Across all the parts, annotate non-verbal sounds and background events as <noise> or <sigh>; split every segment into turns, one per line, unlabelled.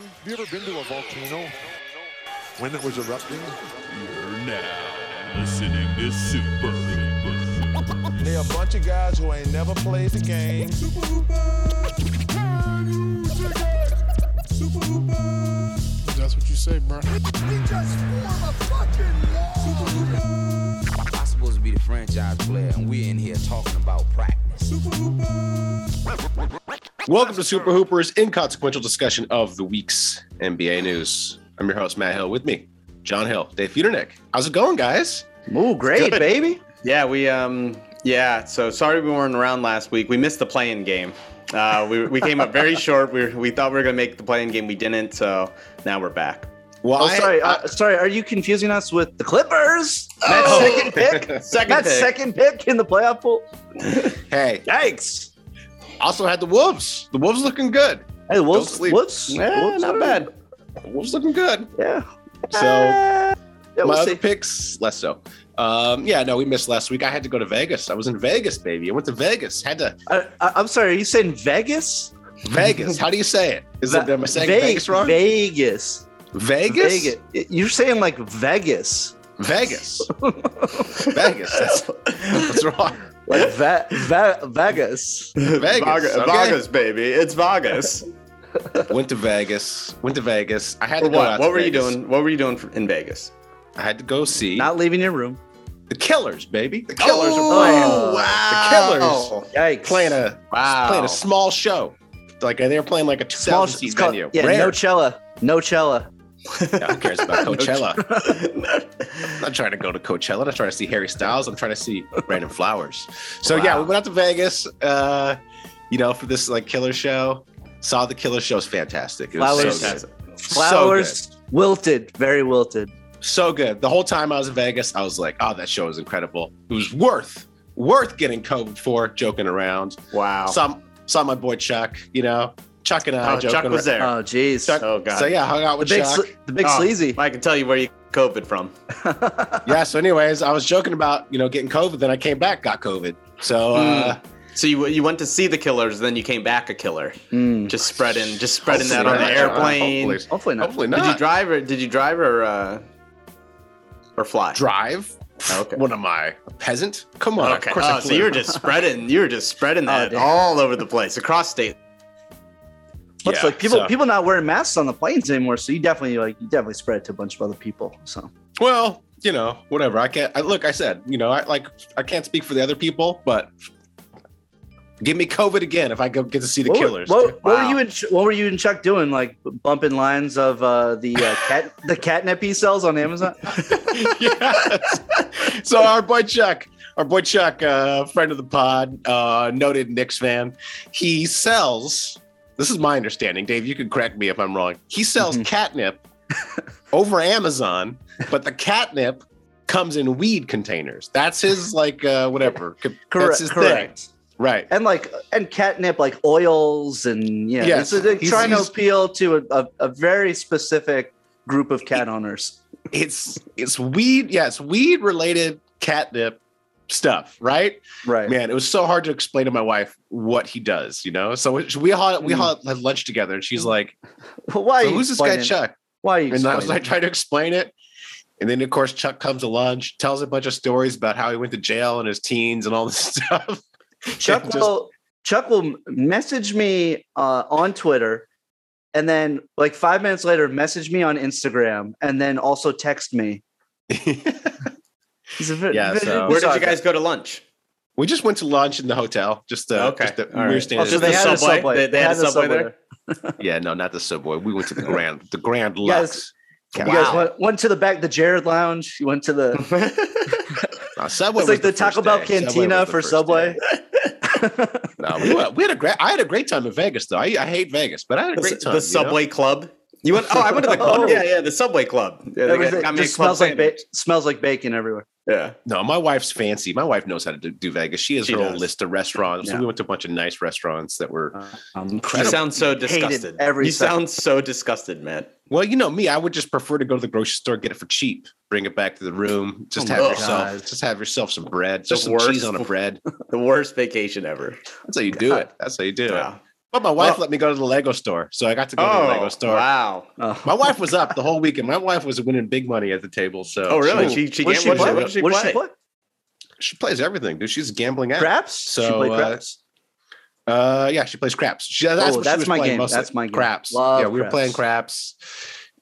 Have you ever been to a volcano when it was erupting?
You're now listening to Super Hoopers.
They a bunch of guys who ain't never played the game.
Super Hoopers, can you dig it? Super Hoopers.
That's what you say, bro.
We just form a fucking wall. Super Hoopers.
I'm supposed to be the franchise player, and we're in here talking about practice. Super Hoopers.
Welcome to Super Hooper's inconsequential discussion of the week's NBA news. I'm your host, Matt Hill. With me, John Hill, Dave Feudernick. How's it going, guys?
Oh, great,
Good, baby.
Yeah, we um, yeah. So sorry we weren't around last week. We missed the playing game. Uh, we, we came up <laughs> very short. We, we thought we were gonna make the playing game. We didn't. So now we're back.
Well,
Oh,
I-
sorry,
I-
uh, sorry. Are you confusing us with the Clippers?
Matt's
Oh.
second
<laughs> pick. second
That's
pick.
second pick in the playoff pool.
hey,
Yikes.
also had the Wolves. The Wolves looking good.
Hey, Wolves,
sleep.
Wolves,
Yeah,
Wolves
not
are-
bad.
The Wolves looking good.
Yeah.
So
Uh, yeah,
my
we'll
other
see.
picks, less so. Um, yeah, no, we missed last week. I had to go to Vegas. I was in Vegas, baby. I went to Vegas. Had to
I, I, I'm sorry. Are you saying Vegas?
Vegas. How do you say it? Is that am I saying
Ve-
Vegas wrong?
Vegas.
Vegas. Vegas.
Vegas. You're saying like Vegas, <laughs>
Vegas. Vegas. That's, that's wrong.
like va- va- Vegas.
Vegas,
Vaga-
okay.
Vagas, baby. It's Vagas.
Went to Vegas. Went to Vegas. <laughs> I had
Or
to go
what?
out
What
to
were you
Vegas.
doing? What were you doing for, in <laughs> Vegas?
I had to go see
Not leaving your room.
the Killers, baby. The Killers are playing.
Oh,
The Killers
Yikes.
playing a
Wow.
playing a small show. Like they were playing like a two
small
thousand
it's
seat
called-
venue.
Yeah,
Rare.
no Cella. No Cella.
Yeah, who
<laughs>
cares about Coachella? I'm
Coachella.
not trying to go to Coachella. I'm not trying to see Harry Styles. I'm trying to see Brandon Flowers. So yeah, we went out to Vegas. Uh, you know, for this like killer show. Saw the killer show. It's fantastic. It was
Flowers.
so good.
Flowers wilted. Very wilted.
so good. The whole time I was in Vegas, I was like, "Oh, that show is incredible. It was worth worth getting COVID for joking around."
wow.
Saw saw my boy Chuck, you know, Chuck and I.
Oh,
joking
Chuck was
around. Uh,
there.
Oh, jeez.
Chuck-
oh god.
So yeah, hung out
the
with
big,
Chuck.
sle- the big
Oh,
sleazy.
I can tell you where you COVID from.
yeah. So, anyways, I was joking about you know getting COVID. Then I came back, got COVID. So
Mm,
uh,
So you you went to see the killers, then you came back a killer.
Mm.
Just spreading, just spreading that
hopefully
on the
not, John.
airplane.
Hopefully,
Hopefully not.
hopefully
Did you
not.
drive or did you drive or uh, or fly?
drive?
Oh, okay.
What am I, a peasant? Come on.
Okay.
Of course I
Oh, so
flew.
you were
<laughs>
just spreading, you were just spreading that
damn.
all over the place, across state.
What's
Yeah,
like people
so-
people not wearing masks on the planes anymore, so you definitely like you definitely spread it to a bunch of other people. So
Well, you know, whatever. I can't. I, look, I said, you know, I like I can't speak for the other people, but give me COVID again if I go get to see the
what, were-
killers.
What, what
Wow.
were you and Ch- what were you and Chuck doing? Like bumping lines of uh, the uh, cat the catnip he sells on Amazon.
yes. So our boy Chuck, our boy Chuck, uh, friend of the pod, uh, noted Knicks fan, he sells. This is my understanding, Dave. You can correct me if I'm wrong. He sells
Mhm.
catnip over Amazon, but the catnip comes in weed containers. That's his like uh, whatever. Co- <laughs> That's
<laughs> Correct.
his thing.
Correct.
Right.
And like and catnip like oils and yeah,
Yes.
it's, like,
He's-
trying to
he's-
appeal to a, a, a very specific group of cat owners.
it's it's weed yeah it's weed related catnip stuff right
Right.
man it was so hard to explain to my wife what he does you know so it- we all
Hmm.
we all had lunch together and she's like
Well, why
so
are you
who's this guy
explaining-
chuck
Why are you?
and i was
explaining?
like trying to explain it and then of course chuck comes to lunch tells a bunch of stories about how he went to jail in his teens and all this <laughs> stuff
Chuck
Just-
will Chuck will message me uh, on Twitter, and then like five minutes later, message me on Instagram, and then also text me. He's a very,
Yeah, so-
Where did you guys go to lunch?
we just went to lunch in the hotel just uh
Okay,
just the- we
all
were
right.
staying
Oh,
at
so
the-
they had a subway.
They, they had, a subway, there.
yeah no not the subway we <laughs> went to the grand the grand
You guys-
lux
You
Wow.
guys went, went to the back, the Jared Lounge. You went to the
<laughs> No, Subway
it's
was
like the, Taco
first
Bell
day. Subway
Cantina
was the
for
first
Subway. <laughs>
day. No, we, were- we had a great. I had a great time in Vegas, though. I, I hate Vegas, but I had a
The,
great time. you
the
know?
subway club. You went? Oh, I went
<laughs>
to the club.
Oh.
Yeah, yeah, the subway club. Yeah, they got-
Everything
got me a
just
club
smells like ba-
sandwich.
smells like bacon everywhere.
Yeah.
No, my wife's fancy. My wife knows how to do, do Vegas. She has
She
her own
does.
list of restaurants. So
Yeah.
we went to a bunch of nice restaurants that were.
Um,
You
Incredible.
sound so
Hated
disgusted.
every
you
second.
sound so disgusted, man.
Well, you know me. I would just prefer to go to the grocery store, get it for cheap, bring it back to the room. Just
Oh
have
my
yourself,
God.
just have yourself some bread,
The
just some
worst.
cheese on a bread.
The worst vacation ever. <laughs>
That's how you do it. That's how you do it.
Yeah.
But my wife let me go to the Lego store, so I got to go to the Lego store.
wow.
Oh.
My wife was up the whole weekend. My wife was winning big money at the table. So
Oh, really? She, she,
What did
gam-
she
what
play?
did she,
What did
play?
she play?
she plays everything, dude. She's a gambling addict.
Craps? she
So,
played
uh,
craps.
Uh, yeah, she plays craps. She, that's
Oh,
what she
that's
was
my
playing
game.
mostly.
That's my game.
Craps.
Love
yeah, we were
craps.
playing craps,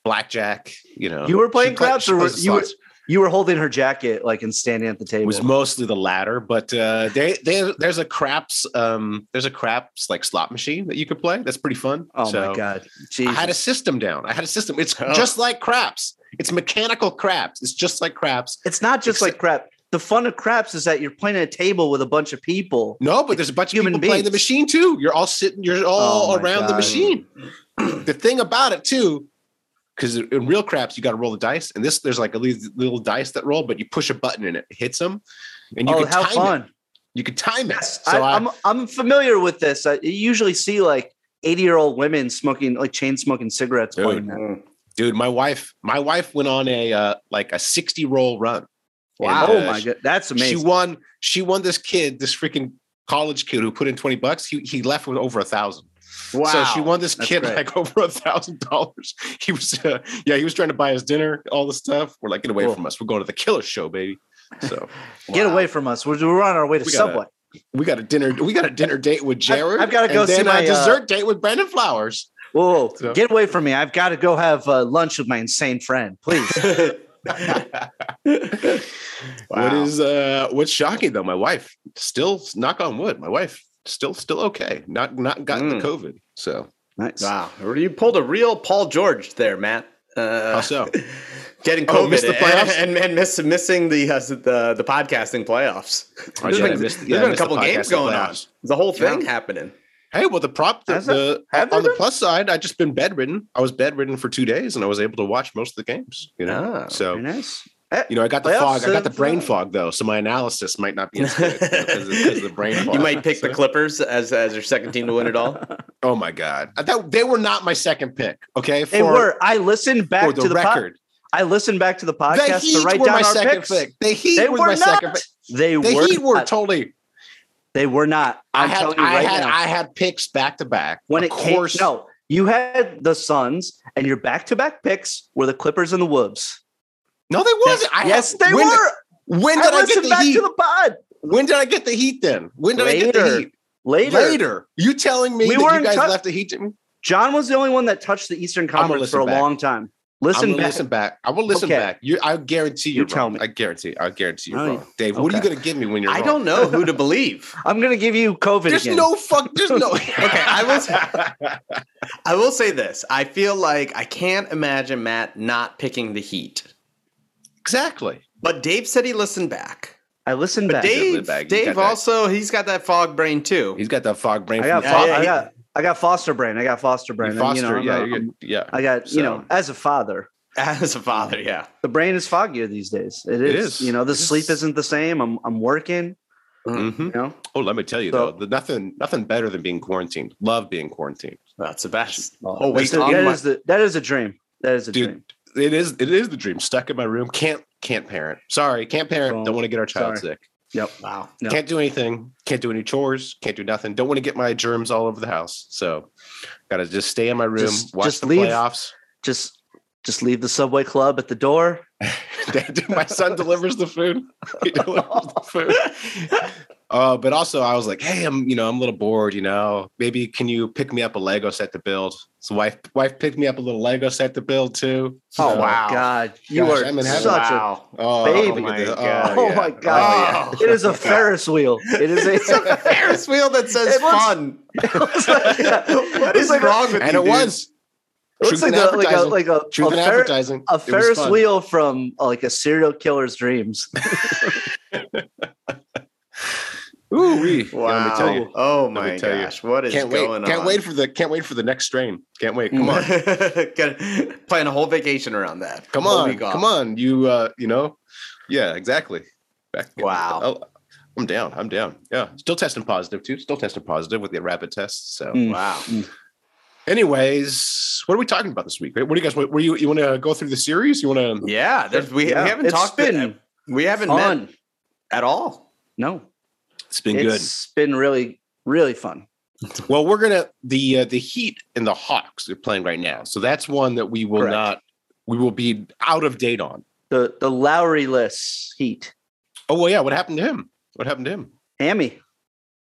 blackjack. You know,
You were playing
She play-
craps
she
or were-
plays the
you were-
slots.
You were holding her jacket like and standing at the
It
table.
was mostly the latter, but uh, they, they, there's a craps, um, there's a craps like slot machine that you could play. That's pretty fun.
oh
So,
my god.
I
Jesus.
had a system down. I had a system. It's just like craps. It's mechanical craps. It's just like craps.
it's not just like crap. The fun of craps is that you're playing at a table with a bunch of people.
No, but there's a bunch of
Human
people playing the
beings.
machine too. You're all sitting, you're all
Oh my
around the
God.
machine. the thing about it too, because in real craps, you got to roll the dice, and this there's like a li- little dice that roll, but you push a button and it hits them, and you
oh,
can
how
time
fun!
it. You can time it.
Yes,
So
I,
I,
I'm I'm familiar with this. I you usually see like 80 year old women smoking like chain smoking cigarettes
Dude.
playing that.
dude, my wife, my wife went on a uh, like a 60 roll run.
Wow!
And,
Oh
uh,
my god, that's amazing.
She won. She won this kid, this freaking college kid who put in twenty bucks. He he left with over a thousand.
Wow.
So she won this
That's
kid
great.
like <laughs> over a thousand dollars. He was uh, yeah, he was trying to buy his dinner, all the stuff. We're like, get away
Cool.
from us. We're going to the killer show, baby.
<laughs>
So
Get away from us. We're, we're on our way to
We gotta-
Subway.
we got a dinner. We got a dinner date with Jared.
I've gotta go
and
see
then
my,
a
uh,
dessert date with Brandon Flowers.
Whoa, whoa,
So-
get away from me. I've got to go have uh, lunch with my insane friend, please.
<laughs>
<laughs>
What is uh what's shocking though? My wife still knock on wood. My wife still still okay. Not not gotten
Mm.
the COVID. So
nice.
Wow. You pulled a real Paul George there, Matt. Uh,
how
<laughs>
so?
Getting
Oh,
COVID
missed the playoffs?
and, and, and miss, missing the, uh, the the podcasting playoffs.
Oh,
There's
yeah, I
been,
missed- yeah, I
there's been a
missed the
couple games
podcasting
going on.
playoffs.
The whole thing
Yeah. <laughs>
happening.
Hey, well, the prop the,
Has it-
the
have
on
they
the
been?
plus side, I just been bedridden. I was bedridden for two days, and I was able to watch most of the games. You know,
Ah,
so
Very nice. Eh,
you know, I got the
Playoffs,
fog. I
uh,
got the brain fog though, so my analysis might not be as good because of, 'cause of the
<laughs>
brain fog.
You might pick the Clippers as as your second team to win it all.
Oh my god, I thought they were not my second pick. Okay,
They were. I listened
for
back
the
to the pod-
record.
I listened back to the
the
podcast
Heat
to write
were my
down our
second
picks.
pick. The Heat
They
was
were
my second
not.
pick.
They
The
were.
Heat were
not.
totally.
they were not.
I
I'm
had
telling you
I
right
had
now.
I had picks back to back.
when
Of
it came,
course-
no, you had the Suns, and your back-to-back picks were the Clippers and the Wolves.
no, they wasn't. I had-
yes, they
when-
were.
When
I
did I, get
listened
the
back
Heat?
to the pod
when did I get the Heat? Then when did I get the
Later.
Heat?
later.
You telling me
We
that
were
you
in
guys
touch-
left the heat? Jimmy?
John was the only one that touched the Eastern
gonna
Conference for
listen
a
back.
long time.
I'm
Listen
gonna
back.
listen back. I will listen
Okay.
back. You, I guarantee
You
you're
tell
wrong.
me.
I guarantee. I guarantee you're
No, you-
wrong. Dave, what are you
okay.
gonna give me when you're?
I
wrong?
don't know who to believe.
I'm going to give you COVID
There's
again.
no fuck. There's
<laughs>
no. okay,
I I will say this: I feel like I can't imagine Matt not picking the Heat.
<laughs> exactly.
But Dave said he listened back.
I listened back.
Dave
Dave,
listened back. You got
Dave
that.
also he's got that fog brain too.
He's got that fog brain.
I got,
from
Yeah,
fo-
the
yeah,
I
he-
got, I got foster brain. I got foster
fo-
brain. and,
Foster.
you know, I'm
yeah,
not-
you're
I'm-
good. yeah.
I got you know,
So-
as a father,
As a father, yeah.
the brain is foggier these days. It is.
It is.
You know, the
It is.
sleep isn't the same. I'm I'm working.
Mhm.
Mm-hmm.
You know,
Oh, let me tell you
So-
though, the, nothing, nothing better than being quarantined. Love being quarantined.
That's the best.
Oh,
Oh wait,
That's the-
on
that
my-
is the that is a dream. That is a
Dude,
dream.
It is. It is the dream. Stuck in my room. Can't. Can't parent. Sorry. Can't parent.
Well,
Don't want to get our child
sorry.
sick.
Yep.
wow.
No.
Can't do anything. Can't do any chores. Can't do nothing. Don't want to get my germs all over the house. So, gotta just stay in my room,
Just-
watch
just
the
leave.
playoffs. <laughs>
Just just leave the subway club at the door. <laughs>
my son delivers the food. He delivers the food. Uh, but also, I was like, hey, I'm you know I'm a little bored. You know, maybe can you pick me up a Lego set to build? So wife wife picked me up a little Lego set to build too.
Oh
So-
my God, you
Gosh,
are
I'm in heaven.
such a
Oh,
Baby.
look at this.
Oh my God.
Oh
yeah.
my God. It is a Ferris wheel. It is a,
<laughs> It's a Ferris wheel that says
It looks-
<laughs>
fun.
<laughs> it's like,
What is wrong with
And
you?
it
dude?
was
It looks
Truth
like,
in
a, like a
advertising.
like a,
truth
a,
in
Fer-
advertising.
a
It was
Ferris
fun.
wheel from uh, like a serial killer's dreams.
Ooh wee! Let me
Wow.
tell you.
Oh
me
my
tell you.
gosh. What is
Can't wait!
going on?
Can't wait for the can't wait for the next strain. Can't wait!
Mm.
Come on!
<laughs> Gonna- Plan a whole vacation around that.
Come
Whole
on,
week off.
come on. You uh, you know, yeah, exactly. Back-
Wow.
Oh, I'm down. I'm down. Yeah, still testing positive too. Still testing positive with the rapid tests. So,
Mm.
Wow.
anyways, what are we talking about this week? What do you guys? What, were you you want to go through the series? You want to?
Yeah, there's, we,
Yeah.
we haven't
It's
talked
been
we haven't met
fun.
at all.
No,
It's been
it's been really really fun.
Well, we're gonna the uh, the Heat and the Hawks are playing right now, so that's one that we will
Correct.
not we will be out of date on.
The the Lowry less heat.
Oh well, yeah. What happened to him? What happened to him?
Hammy.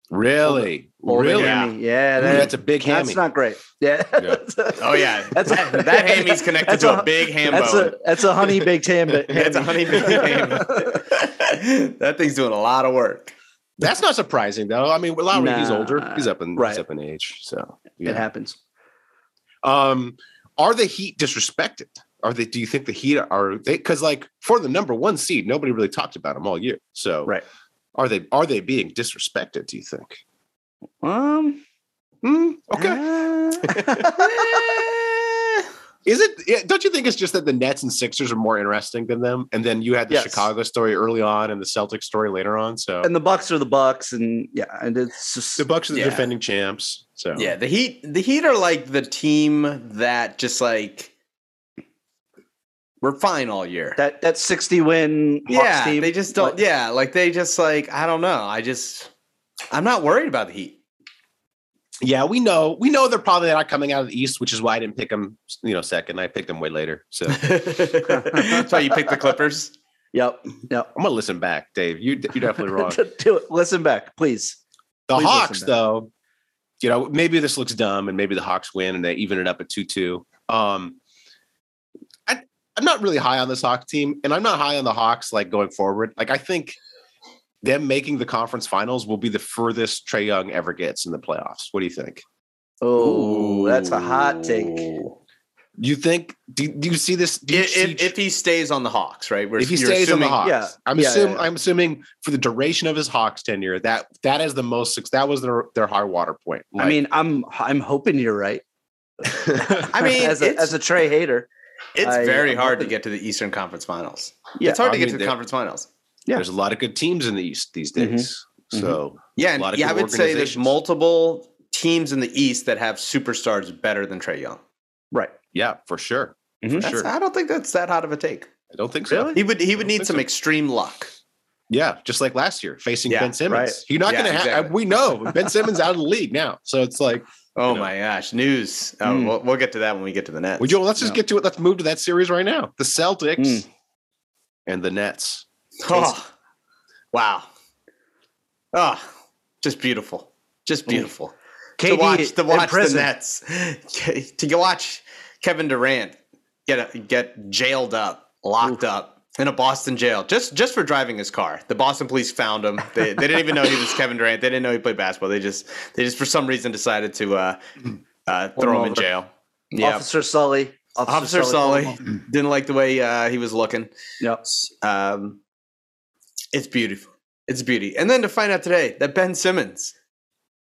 Really,
Old
really?
hammy. Yeah,
Ooh,
that-
that's a big hammy.
that's not great. Yeah.
Yeah.
Oh <laughs> yeah,
<laughs> That's-
that, that hammy's connected
that's
to a,
a-
big ham
That's a
bone.
that's a honey baked ham.
That's a honey <laughs>
<laughs>
baked ham. that thing's doing a lot of work.
That's not surprising though. I mean, Lowry, he's
Nah.
older. He's up in
Right.
he's up in age. So
It
yeah.
happens.
Um, are the Heat disrespected? Are they? Do you think the Heat are they? Because like for the number one seed, nobody really talked about them all year. So
Right.
Are they are they being disrespected? Do you think?
Um.
Hmm, okay.
uh,
Is it? yeah, Don't you think it's just that the Nets and Sixers are more interesting than them? And then you had the
Yes.
Chicago story early on and the Celtics story later on. So
<laughs> and the Bucks are the Bucks, and yeah, and it's just
the Bucks are the
Yeah.
defending champs. So
Yeah, the Heat. The Heat are like the team that just like we're fine all year.
that that sixty win. Hawks
yeah,
team,
they just don't.
like,
yeah, like they just like I don't know. I just I'm not worried about the Heat. <laughs>
yeah, we know we know they're probably not coming out of the East, which is why I didn't pick them. You know, second, I picked them way later.
<laughs>
So I'm
That's why you picked the Clippers.
Yep. Yep.
gonna listen back, Dave. You
<laughs>
you're definitely wrong.
Do it. Listen back, please.
The
Please listen
Hawks,
back.
though, you know, maybe this looks dumb, and maybe the Hawks win, and they even it up at two-two. Um, I, I'm not really high on this Hawks team, and I'm not high on the Hawks like going forward. Like I think them making the conference finals will be the furthest Trey Young ever gets in the playoffs. What do you think?
Oh, that's a hot take.
Ooh.
You think? Do, do you see this? Do you
If,
see
if, if he stays on the Hawks, right? We're,
if he
you're
stays
assuming-
on the
yeah,
Hawks, I'm
yeah,
assuming
yeah.
I'm assuming for the duration of his Hawks tenure, that that is the most suc- that was their their high water point.
I
Like,
mean, I'm I'm hoping you're right.
<laughs>
<laughs>
I mean,
as a,
it's-
as a Trey hater,
It's
I-
very
I'm
hard to
hoping-
get to the Eastern Conference Finals.
Yeah,
it's hard
I
to get
mean,
to the
they're-
conference finals.
Yeah.
<laughs> There's a lot of good teams in the East these days.
Mhm.
So
Yeah,
lot
and
of
yeah, I
good
would say there's
organizations.
multiple teams in the East that have superstars better than Trey Young.
right?
yeah, for sure.
Mhm.
For
That's,
sure. I
I don't think that's that hot of a take.
don't think so.
He would he would
don't
need
think
some
so.
extreme luck.
Yeah, just like last year, facing
Yeah,
Ben Simmons.
right.
You're not
Yeah,
gonna have
exactly.
we know Ben Simmons out of the league now. So it's like,
Oh
know. Hmm.
my gosh, news. Oh,
Mm.
we'll, we'll get to that when we get to the Nets.
well, Joel, let's just
No.
get to it. Let's move to that series right now. The Celtics
Mm.
and the Nets.
Oh, wow. Oh, just beautiful. Just beautiful. to
KD
watch to
in
watch the
prison.
Nets <laughs> to go watch Kevin Durant get get jailed up, locked up in a Boston jail just just for driving his car. The Boston police found him. They, they didn't even know he was Kevin Durant. They didn't know he played basketball. They just they just for some reason decided to uh, uh, throw him in
over.
jail. Yeah,
Officer Sully.
Officer, Sully didn't like the way uh, he was looking.
Yep.
Um, it's beautiful. It's beauty. And then to find out today that Ben Simmons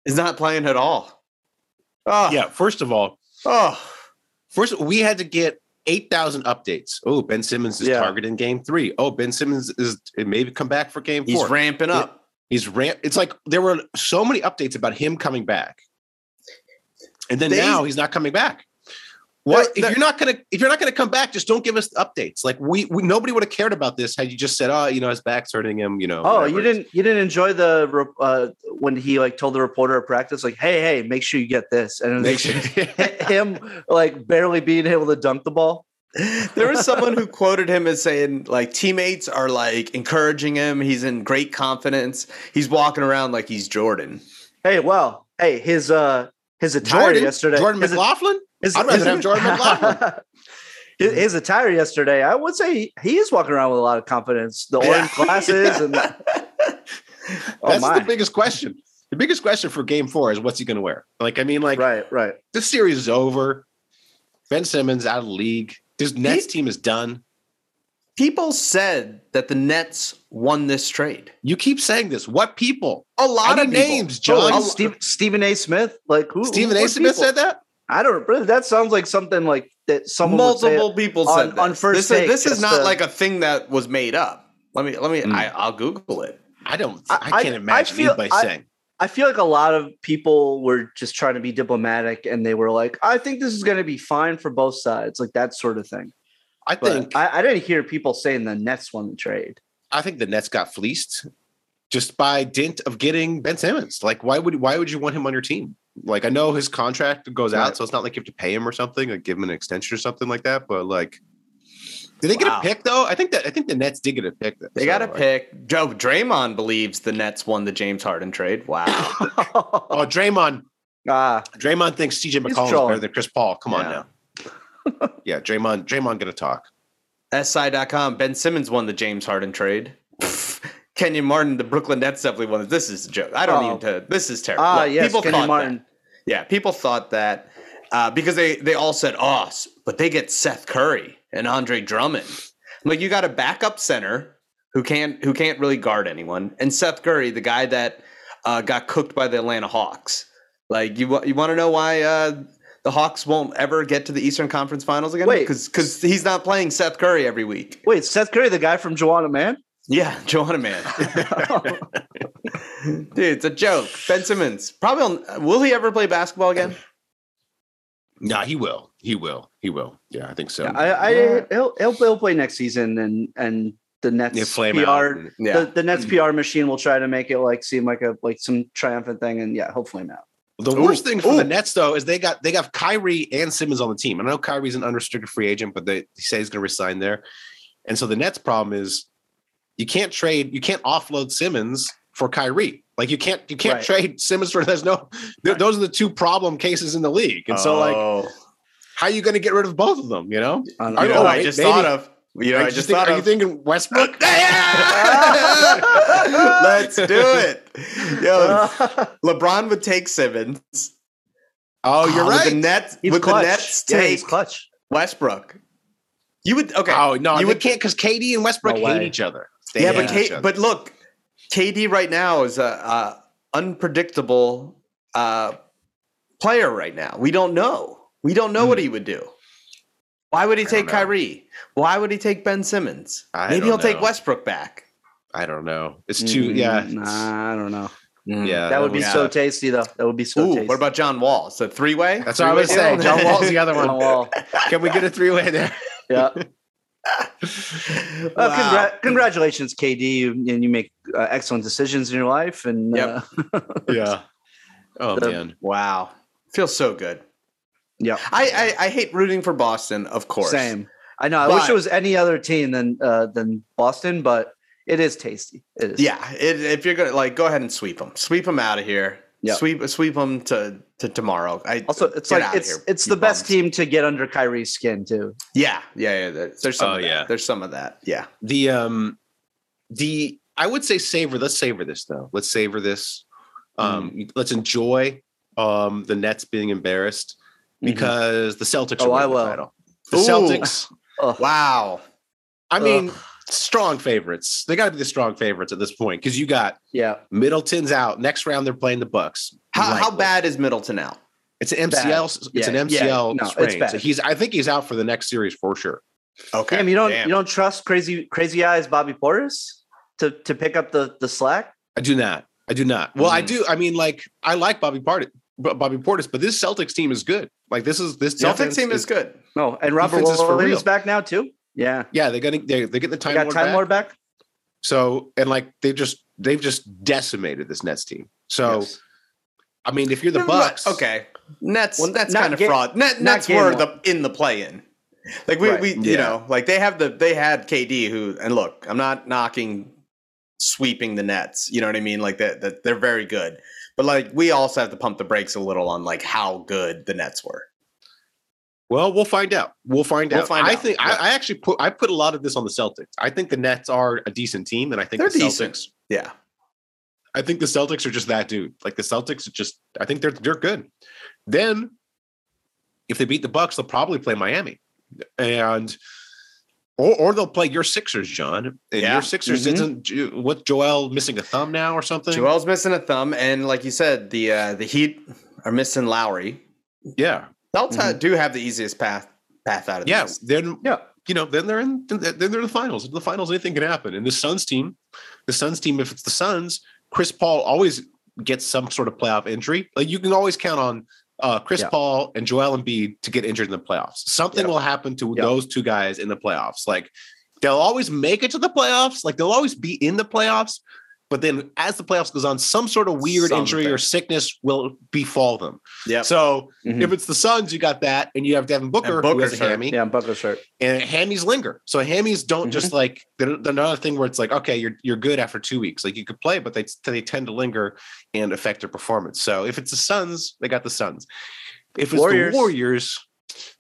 is not playing at all. Oh,
Yeah, first of all,
Oh,
First, we had to get 8,000 updates. Oh, Ben Simmons is
Yeah.
targeted in game three. Oh, Ben Simmons is it maybe come back for game
he's
four.
ramping up.
he's ran. It's like there were so many updates about him coming back. And then
They-
now he's not coming back. What
They're-
if you're not gonna if you're not gonna come back? Just don't give us the updates. Like we, we nobody would have cared about this had you just said, oh, you know, his back's hurting him. You know.
Oh,
whatever.
you didn't you didn't enjoy the re- uh, when he like told the reporter at practice like, hey, hey, make sure you get this, and it was <laughs>
Make sure-
hi- him like barely being able to dunk the ball.
<laughs> There was someone who quoted him as saying, like, teammates are like encouraging him. He's in great confidence. He's walking around like he's Jordan.
Hey, well, hey, his uh his attire
<laughs> Jordan
yesterday,
Jordan
his,
McLaughlin.
his-
I'd rather
his-
have Jordan McLaughlin.
<laughs> His, his attire yesterday, I would say he, he is walking around with a lot of confidence. The
Yeah.
orange glasses and the,
<laughs>
oh
That's
my,
the biggest question. The biggest question for game four is what's he gonna wear? Like, I mean, like
right, right.
this series is over. Ben Simmons out of the league. This Nets team is done.
People said that the Nets won this trade.
You keep saying this. What people?
A lot
I
of
need
names.
names,
Oh,
John.
like Steve, Stephen A. Smith, like who?
Stephen
who-
A.
what
Smith
people?
said that.
I don't. really- That sounds like something like that. Someone
Multiple
Would say,
people
on-
said this.
on first
this
take,
is, this is
just
not
the- Hmm.
like a thing that was made up. Let me let me. I, I'll Google it.
I don't.
I-
I,
I-
can't
I
imagine
feel-
anybody
I-
saying.
I feel like a lot of people were just trying to be diplomatic, and they were like, "I think this is going to be fine for both sides," like that sort of thing.
I
But
think. I,
I, I didn't hear people saying the Nets won the
<laughs>
trade.
think the Nets got fleeced just by dint of getting Ben Simmons. Like, why would why would you want him on your team? Like I know his contract goes out,
Right.
so it's not like you have to pay him or something, like give him an extension or something like that. But like, did they get
Wow.
a pick though? I think that I think the Nets did get a pick. Though,
They
so,
got a
like-
pick. Joe Draymond believes the Nets won the James Harden trade. Wow.
Oh, Draymond.
ah,
Draymond thinks CJ
He's
McCollum is better
trolling.
than Chris Paul. Come on
Yeah.
now. <laughs> yeah, Draymond. Draymond gonna talk.
SI.com. Ben Simmons won the James Harden trade. <laughs> Pff, Kenyon Martin, the Brooklyn Nets definitely won it. This is a joke. I don't
Oh.
need to. This is terrible.
ah,
Look,
yes, Kenyon
thought
Martin.
That. Yeah, people thought that uh, because they they all said, "Oh, s- but they get Seth Curry and Andre Drummond." I'm like you got a backup center who can't who can't really guard anyone, and Seth Curry, the guy that uh, got cooked by the Atlanta Hawks. Like you wa- you want to know why uh, the Hawks won't ever get to the Eastern Conference Finals again?
Wait.
because he's not playing Seth Curry every week.
Wait, Seth Curry, the guy from Joanna Man?
Yeah, <laughs> Joanna Man. Dude, it's a joke. Ben Simmons probably will will he ever play basketball again?
Nah, he will. He will. He will. Yeah, I think so.
Yeah, I, I he'll, he'll he'll play next season, and and the Nets
They flame
PR
out. and-
Yeah.
the, the Nets PR machine will try to make it like seem like a like some triumphant thing, and yeah, hopefully not.
The
Ooh,
worst thing for the
ooh.
Nets though is they got they got Kyrie and Simmons on the team. I know Kyrie's an unrestricted free agent, but they, they say he's going to resign there. And so the Nets' problem is you can't trade, you can't offload Simmons for Kyrie. Like you can't you can't
Right.
trade Simmons for there's no th- those are the two problem cases in the league. And so like how are you going to get rid of both of them? You know,
I don't
I
you
know.
<laughs>
know,
know,
what I
right?
just
Maybe.
thought of. You know,
Like,
I
you
just
think-
thought
are you <laughs>
of. Uh,
thinking Westbrook?
Let's do it.
<laughs>
Yo,
Uh,
LeBron would take Simmons.
oh, you're
With the
right.
Nets,
He's
with
clutch.
the Nets
yeah, he's
take
clutch.
Westbrook. You would okay.
Oh no,
You
you
would-
can't because KD and Westbrook
No
hate
way.
each other. They
yeah,
hate
but
each
K,
other.
but look, KD right now is a, a unpredictable uh, player. Right now, we don't know. We don't know what he would do. Why would he
I don't
take
know.
Kyrie? Why would he take Ben Simmons?
I
Maybe
don't
he'll take
know.
Westbrook back.
I don't know. It's too
Mm,
yeah. it's-
Nah, I don't know.
Yeah,
that would be
was-
so tasty, though. That would be so
Ooh,
tasty.
what about John Wall? So three way.
That's what I was saying. John Wall's
<laughs>
<laughs>
the other one. Can we get a three way there?
Yeah.
<laughs>
wow.
Well, congra- congratulations, KD. You, and you make uh, excellent decisions in your life, and
Yep.
uh,
Yeah. Oh
The-
man.
wow, feels so good.
yeah,
I, I I hate rooting for Boston, of course.
same. I know. I wish
But-
it was any other team than uh, than Boston, but it is tasty. It is.
Yeah, it, if you're gonna like, go ahead and sweep them, sweep them out of here.
Yeah.
Sweep sweep them to to tomorrow. I
Also, it's
Get
like
outta
it's
here,
it's
you
the best
bums.
team to get under Kyrie's skin too.
yeah yeah yeah. there- There's some
Oh,
of that.
yeah.
There's some of that. Yeah.
The um the I would say savor. Let's savor this though. Let's savor this. Um
Mm.
let's enjoy um the Nets being embarrassed
Mm-hmm.
because the Celtics
Oh,
are
I
winning the
will.
title. The
Ooh.
Celtics,
Mm-hmm.
Wow.
I mean, strong favorites. They gotta be the strong favorites at this point because you got
Yeah,
Middleton's out. Next round they're playing the Bucks.
How how
Likely.
bad is Middleton out?
It's an MCL. It's an
Yeah, yeah.
MCL
No, it's
sprain. So
bad.
he's. I think he's out for the next series for sure.
Okay.
damn! You don't
Damn.
you don't trust crazy crazy eyes Bobby Portis to to pick up the the slack.
I do not. I do not. Well, I
Mm.
do. I mean, like I like Bobby Portis, Bobby Portis, but this Celtics team is good. Like this is this
Celtics
defense
team is good.
No, and Robert
Defense is for
Williams
real.
back now too. Yeah,
Yeah, they're getting they're, they're getting the
they got
time, Lord
Time
back.
Lord back.
So and like they just they've just decimated this Nets team. So
Yes.
I mean, if you're the Bucks,
Okay. Nets
Well,
that's
not
kind of
ga-
fraud. Net,
not
Nets
game
were
one.
the in the play in. Like we,
Right.
we you
Yeah.
know, like they have the they had KD who and look, I'm not knocking sweeping the Nets. You know what I mean? Like that that they're very good. But like we also have to pump the brakes a little on like how good the Nets were.
Well, we'll find out. We'll find
We'll
out.
find
I
out.
think
Yeah.
I, I actually put I put a lot of this on the Celtics. I think the Nets are a decent team, and I think
They're
the Celtics.
decent. Yeah.
I think the Celtics are just that dude. Like the Celtics are just I think they're they're good. Then if they beat the Bucks, they'll probably play Miami. And or or they'll play your Sixers, John. And
Yeah. Mm-hmm.
your Sixers
Mhm.
isn't Jo- what Joel missing a thumb now or something?
Joel's missing a thumb, and like you said, the uh the Heat are missing Lowry.
Yeah.
Celtics ha- do have the easiest path path out of
Mm-hmm. Yeah.
this.
Then
Yeah.
you know, then they're in then they're in the finals. In the finals, anything can happen. And the Suns team, the Suns team, if it's the Suns, Chris Paul always gets some sort of playoff injury. Like you can always count on uh, Chris
Yeah.
Paul and Joel Embiid to get injured in the playoffs. Something
Yeah.
will happen to
Yeah.
those two guys in the playoffs. Like they'll always make it to the playoffs. Like they'll always be in the playoffs. But then as the playoffs goes on, some sort of weird injury
Something.
or sickness will befall them.
Yep.
So
Mhm.
if it's the Suns, you got that, and you have Devin Booker, who has
Booker's
a
hurt.
hammy,
Yeah, Buckler's hurt.
and hammies linger. So hammies don't
Mm-hmm.
just like they're, they're not a thing where it's like okay, you're you're good after two weeks. Like you could play, but they they tend to linger and affect their performance. So if it's the Suns, they got the Suns. If it's
Warriors.
the Warriors,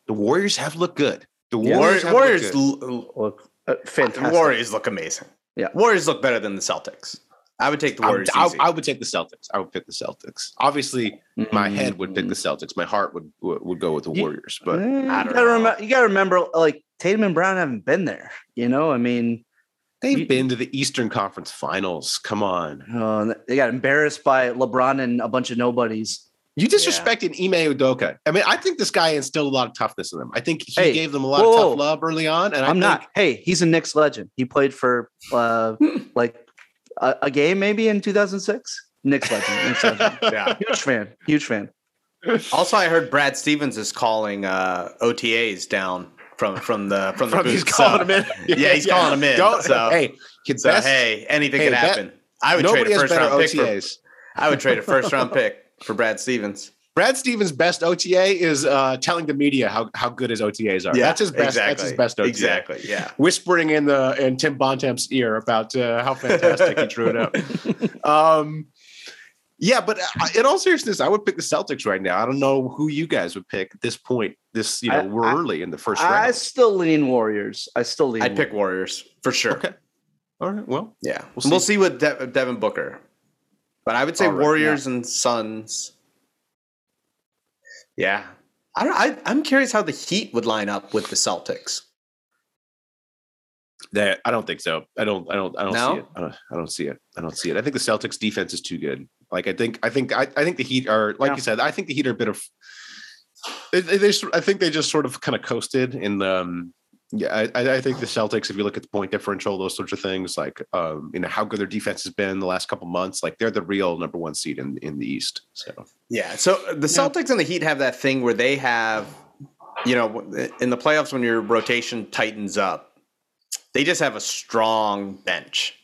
the Warriors have looked good. The
Yeah.
Warriors, have looked
Warriors,
good.
l-
Look, uh, fantastic.
Warriors look amazing.
Yeah.
Warriors look better than the Celtics. I would take the
I-
Warriors.
I,
easy.
I would take the Celtics. I would pick the Celtics. Obviously, my head
Mm-hmm.
would pick the
Mm.
Celtics. My heart would would, would go with the
Ye-
Warriors. But
Mm,
I
you
don't
gotta
know.
remember. You gotta remember, like Tatum and Brown haven't been there. You know, I mean,
they've
you-
been to the Eastern Conference Finals. Come on,
uh, they got embarrassed by LeBron and a bunch of nobodies.
you disrespect an Ime Udoka. I mean, I think this guy instilled a lot of toughness in them. I think he
Hey,
gave them a lot
whoa.
of tough love early on. And I
I'm
think-
not. Hey, he's a Knicks legend. He played for
<laughs>
uh, like a, a game maybe in 2006. Knicks legend. Knicks legend.
<laughs>
<laughs>
yeah.
Huge fan. Huge fan.
Also, I heard Brad Stevens is calling uh, OTAs down from from the from the
<laughs> From he's
booth,
calling
<laughs> so-
him in.
Yeah, he's calling him in,
Don't,
so-
hey, kid,
So
best,
hey, anything
hey,
could
that-
happen. I would trade
nobody
a
has
first
better
round pick. For,
OTAs.
I would trade a first round pick for
<laughs>
Brad Stevens.
Brad Stevens' best OTA is uh, telling the media how, how good his OTAs are. that's his best. That's his best OTA.
Exactly.
<laughs>
Yeah.
whispering in the in Tim Bontemps' ear about uh,
<laughs>
how fantastic he drew it up. Um, yeah, but uh, in all seriousness, I would pick the Celtics right now. I don't know who you guys would pick at this point. This you know
I-
we're
I-
early in the first
I
round.
still lean Warriors. I still lean.
I'd pick Warriors for sure.
Okay. All right, well,
Yeah.
We'll see.
We'll see, with De- Devin Booker. But I would say
All right,
Warriors and Suns. Yeah. I don't, I, I'm curious how the Heat would line up with the Celtics.
that I don't think so. I don't. I don't. I don't
No?
see it. I don't, I don't see it. I don't see it. I think the Celtics defense is too good. Like I think. I think. I, I think the Heat are like
Yeah.
you said. I think the Heat are a bit of. They, they, they just- I think they just sort of kind of coasted in the. Um, yeah, I, I I think the Celtics. If you look at the point differential, those sorts of things, like um, you know how good their defense has been the last couple months, like they're the real number one seed in in the East. So
Yeah. So the Celtics and the Heat have that thing where they have, you know, in the playoffs when your rotation tightens up, they just have a strong bench.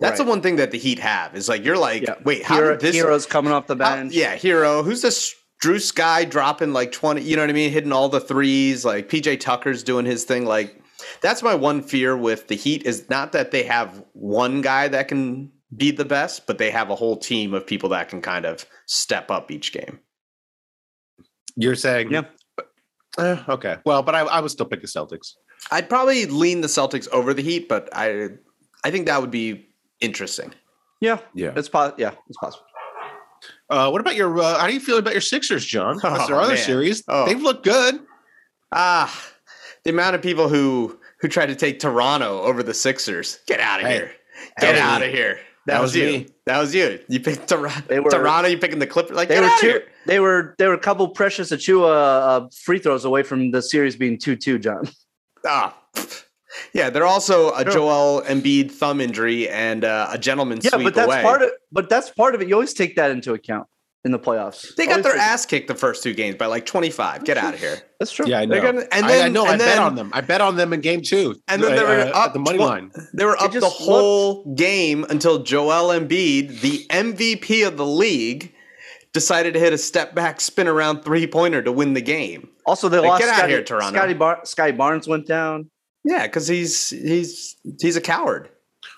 That's the
Right.
one thing that the Heat have is like you're like,
Yeah.
wait, how
Hero,
did this?
heroes coming off the
how-
bench.
yeah, hero. Who's this? Drew Sky dropping like twenty. You know what I mean? Hitting all the threes. Like PJ Tucker's doing his thing. Like that's my one fear with the Heat is not that they have one guy that can be the best, but they have a whole team of people that can kind of step up each game.
you're saying,
Yeah.
Eh, okay, well, but I, I would still pick the Celtics.
I'd probably lean the Celtics over the Heat, but I I think that would be interesting.
yeah,
Yeah.
It's po- Yeah, it's possible.
Uh, what about your? Uh, how do you feel about your Sixers, John? That's their
<laughs> Oh,
other
man.
series.
Oh.
They've looked good.
Ah, the amount of people who who tried to take Toronto over the Sixers. Get out of
Hey,
here.
that
Get
was
out
me.
of here. That,
That
was,
was
you.
me.
That was you. You picked Toronto.
They were-
Toronto. You picking the Clippers. Like
They
get
were
out
two.
of here.
They were they were a couple precious Achua uh, free throws away from the series being two two. John.
Ah. Yeah, they're also a Joel Embiid thumb injury and uh, a gentleman
Yeah,
sweep
but that's
away.
part of. But that's part of it. You always take that into account in the playoffs.
they got
Always
their
take-
ass kicked the first two games by like 25. Get out of here.
That's true.
Yeah, I know.
They're gonna- and
and
then-
I, I know.
and
I bet
then-
on them. I bet on them in game two.
And then they were
uh,
up
at the money
twen-
line.
They were up the
just
whole game until Joel Embiid, the MVP of the league, decided to hit a step back spin around three pointer to win the game.
Also, they
Like,
lost.
get outta
Scotty,
here, Toronto.
Scotty Bar- Sky Barnes went down.
Yeah, because he's he's he's a coward.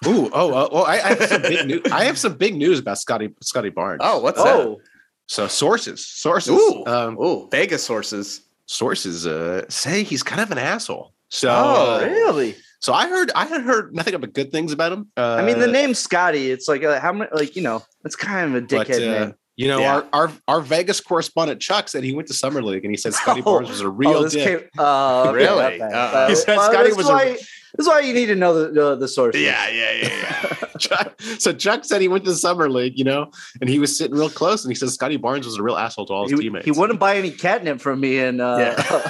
Ooh, oh, oh, oh, I, I have some big news. I have some big news about Scotty Scotty Barnes.
Oh, what's
Oh,
so sources, sources,
that? Ooh,
um,
ooh, Vegas sources.
sources uh, say he's kind of an asshole. So, uh,
Oh,
really?
so I heard I had heard nothing but good things about him. Uh,
I mean, the name Scotty. It's like uh, how many? Like you know, it's kind of a
but,
dickhead
uh,
name.
You know,
Yeah.
our, our our Vegas correspondent Chuck said he went to summer league and he
<laughs>
said Scotty
Oh.
Barnes was a real
this
dick.
came- oh, okay,
Really?
not bad.
Uh-uh.
Uh,
<laughs> He said
well,
Scotty
that's
was a-
why- That's why you need to know the the, the source.
Yeah, yeah, yeah, yeah.
<laughs> Chuck, so Chuck said he went to the summer league, you know, and he was sitting real close, and he says Scotty Barnes was a real asshole to all his
He,
teammates.
he wouldn't buy any catnip from me and uh, <laughs>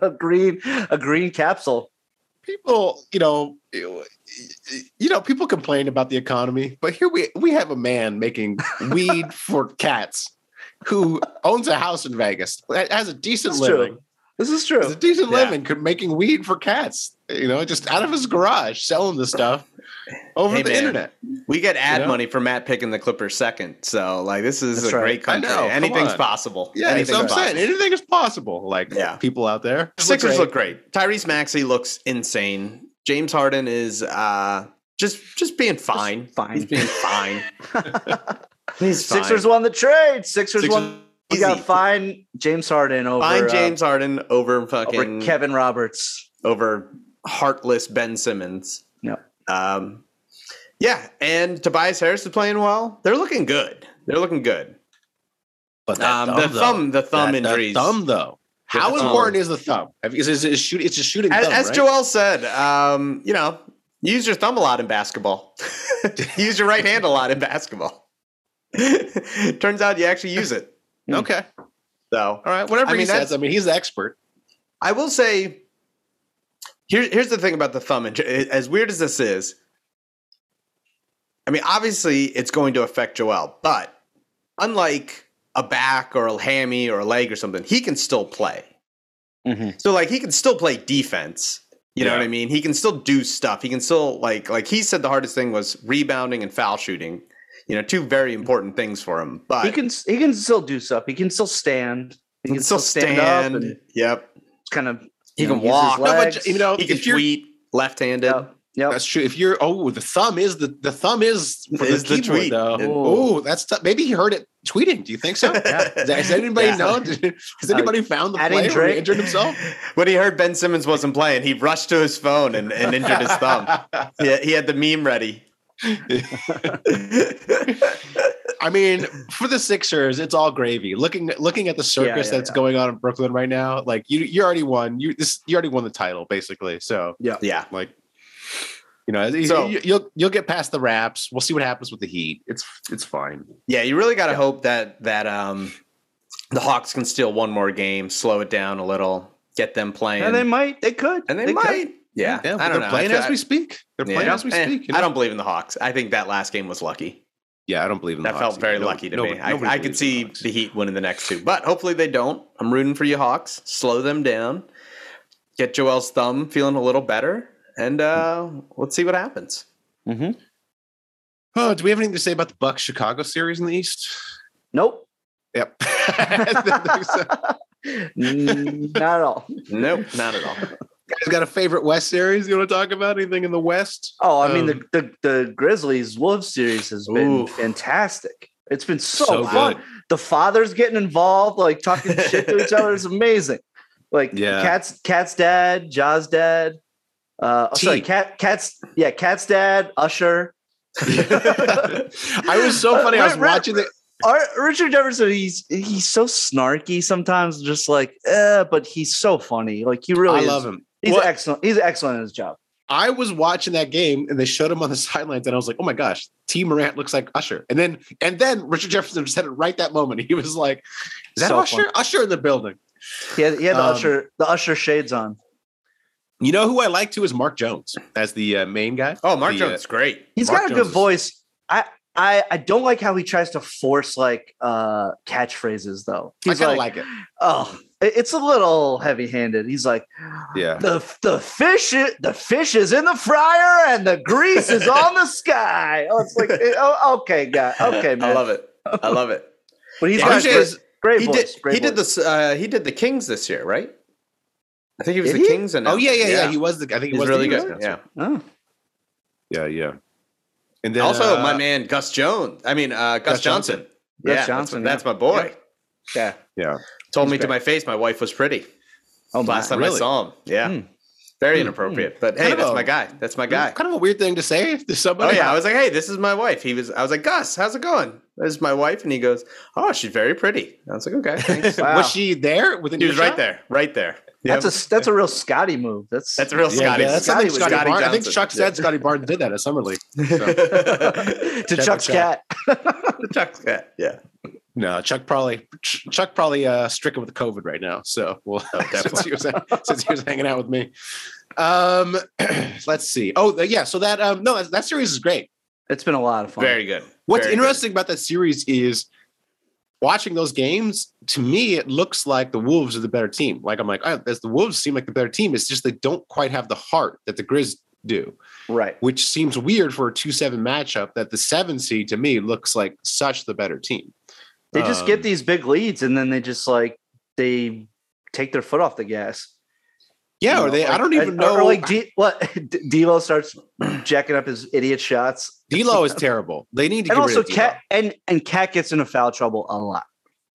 a green a green capsule.
people, you know, you know, people complain about the economy, but here we we have a man making <laughs> weed for cats who owns a house in Vegas, has a decent
That's true.
living,
This is
has
true.
a decent
Yeah.
<sighs> living, could making weed for cats, you know, just out of his garage selling this stuff. over
Hey,
the
man.
internet.
<laughs> We get ad
You know?
money for Matt picking the Clippers second. So like this is
That's
a
right.
great
I
country.
know, come
Anything's
on.
possible.
Yeah, that's
Anything's
what I'm saying.
possible.
Anything is possible. Like
Yeah.
people out there.
Sixers
great.
look great. Tyrese Maxey looks insane. James Harden is uh just just being fine.
fine.
He's being <laughs> fine. He's fine.
Sixers won the trade. Sixers,
Sixers-
won. We got
easy.
fine James Harden over
Fine
uh,
James Harden over
over
fucking over,
Kevin Roberts.
heartless Ben Simmons.
Yep.
Um yeah, and Tobias Harris is playing well. They're looking good. They're looking good.
But that
Um, the
though.
thumb, the thumb
That- that
injuries.
thumb though. How
the thumb.
important is the thumb? I mean, Is, is, is shoot, it's a shooting
as,
thumb,
as
right?
Joel said, um, you know, use your thumb a lot in basketball. <laughs> use your right hand a lot in basketball. <laughs> Turns out you actually use it.
okay.
So
Hmm. All right. Whatever
I
he
mean,
says.
that's-
I mean, he's the expert.
I will say, here, here's the thing about the thumb injury. As weird as this is, I mean, obviously it's going to affect Joel, but unlike a back or a hammy or a leg or something, he can still play.
Mhm.
So like he can still play defense. You know
Yeah.
what I mean? He can still do stuff. He can still like like he said the hardest thing was rebounding and foul shooting. You know, two very important things for him. But
He can he can still do stuff. He can still stand. He can still stand, up and
yep.
kind of
He
you know,
can
use his
walk. No,
No,
legs.
but you know,
He can
if you're,
tweet left-handed.
Yep. Yep.
that's true. If you're, oh, the thumb is the the thumb is for
Is
the
the
keyboard
tweet.
though.
Ooh.
Oh, that's tough. maybe he heard it tweeting. Do you think so? Does does anybody
Yeah.
know? <laughs> Has anybody found the
adding
player who
Drake.
injured
<laughs>
himself?
When he heard Ben Simmons wasn't playing, he rushed to his phone and, and injured his thumb. He, he had the meme ready.
<laughs> I mean, for the Sixers, it's all gravy. Looking looking at the circus
yeah,
that's
yeah.
going on in Brooklyn right now, like you you already won. You this you already won the title basically. So
yeah.
like, you know,
So-
you, you'll you'll get past the wraps. We'll see what happens with the Heat. It's it's fine.
Yeah, you really got to hope that that um the Hawks can steal one more game, slow it down a little, get them playing.
and they might. They could.
And they might. Yeah.
but
I
they're
don't know.
Playing
I feel-
as we speak. They're
yeah.
playing as we
Eh,
speak. you
I
know?
don't believe in the Hawks. I think that last game was lucky.
Yeah, I don't believe in the
That felt
Hawks
very
either. No-
lucky to
nobody-
me. I,
nobody
I could
believes in the
see
Hawks.
the Heat winning the next two, but hopefully they don't. I'm rooting for you, Hawks. Slow them down. Get Joel's thumb feeling a little better, and uh, let's see what happens.
Mm-hmm.
Oh, do we have anything to say about the Bucks Chicago series in the East?
Nope.
<laughs> Yep.
Mm, Not at all.
Nope, <laughs> not
<laughs>
at all.
Guys got a favorite West series you want to talk about? Anything in the West?
Oh, I mean
Um,
the the, the Grizzlies Wolves series has been
Ooh.
fantastic. It's been so,
So
fun.
good. <laughs>
The father's getting involved, like talking shit to each other. It's amazing. Like
Yeah.
Cat's Cat's dad, Jaws dad. Uh, oh, sorry,
T.
Cat Cat's yeah, Cat's dad, Usher.
I was <laughs> so funny. I was
Ri- Ri-
watching the
Our, Richard Jefferson, he's he's so snarky sometimes, just like, eh, but he's so funny. Like he really,
I
is-
love him.
He's
What-
excellent. He's excellent at his job.
I was watching that game and they showed him on the <laughs> sidelines, and I was like, "Oh my gosh, T Morant looks like Usher." And then, and then Richard Jefferson just had it right that moment. <laughs> He was like, "Is that
So
Usher?
fun.
Usher in the building."
He had, he had the
Um,
usher the usher shades on.
You know who I like too is Mark Jones as the uh, main guy.
Oh, Mark
The, uh,
Jones, is great.
He's
Mark
got a
Jones
good
is- <laughs>
voice. I, I I don't like how he tries to force like uh catchphrases though. He's
I kind
like,
of like, it.
oh, it- it's a little heavy handed. He's like
Yeah,
the the fish i- the fish is in the fryer and the grease is on the sky. Oh, it's
<laughs>
like eh, oh, okay, guy, okay, man.
I love it. I love it.
But he's
Yeah,
got
he
a
is-
great, great
he
voice.
did.
great
he did
voice.
this. Uh, he did the Kings this year, right? I think he was
Did
the
he?
Kings. And
Oh yeah, yeah, yeah, He was the. I think he
He's
was
really
the
good. Yeah.
Oh,
yeah, yeah. And then
also,
uh,
my man Gus Jones. I mean, uh, Gus,
Gus
Johnson.
Johnson.
Yeah,
Gus
that's-
Johnson,
That's,
yeah.
my boy.
yeah.
Yeah.
Told
He's
me to
great.
my face, my wife was pretty.
Oh my.
Last time I
Really?
saw him, yeah,
Hmm.
very inappropriate. But hey,
Kind of
that's
a-
my guy. That's my guy.
Kind of a weird thing to say <laughs> to
Oh
somebody.
yeah, I was like, hey, this is my wife. He was. I was like, Gus, how's it going? This is my wife, and he goes, oh, she's very pretty. I was like, okay,
<laughs>
thanks.
Wow.
Was she there? Within
he was
earshot?
right there, right there.
That's
Yep.
a that's a real Scotty move. That's <laughs>
that's a real
Yeah,
Scotty.
yeah, that's
Scotty
something
was-
Scotty
Scotty
Barnes- I think
Johnson.
Chuck said Scotty Barnes did that at Summer League.
<laughs>
to Chuck's cat.
Chuck's cat. Yeah.
No, Chuck probably Ch- Chuck probably uh, stricken with COVID right now. So well, <laughs> since, he was, since he was hanging out with me. Um, <clears throat> let's see. Oh yeah, so that um, no, that, that series is great.
It's been a lot of fun.
Very good.
What's
Very good.
interesting about that series is watching those games. To me, it looks like the Wolves are the better team. Like I'm like, oh, as the Wolves seem like the better team, it's just they don't quite have the heart that the Grizz do,
Right.
which seems weird for a 2 7 matchup that the 7 seed to me looks like such the better team.
They just get
Um,
these big leads and then they just like they take their foot off the gas.
Yeah,
You
or
know,
they, I
like-
don't even
and-
know.
Or like D, what <laughs> D- D'Lo starts jacking up his idiot shots, <laughs>
D'Lo
<laughs>
is terrible. They need to
and
get
also
rid of D'Lo.
Cat and and Cat gets into foul trouble a lot.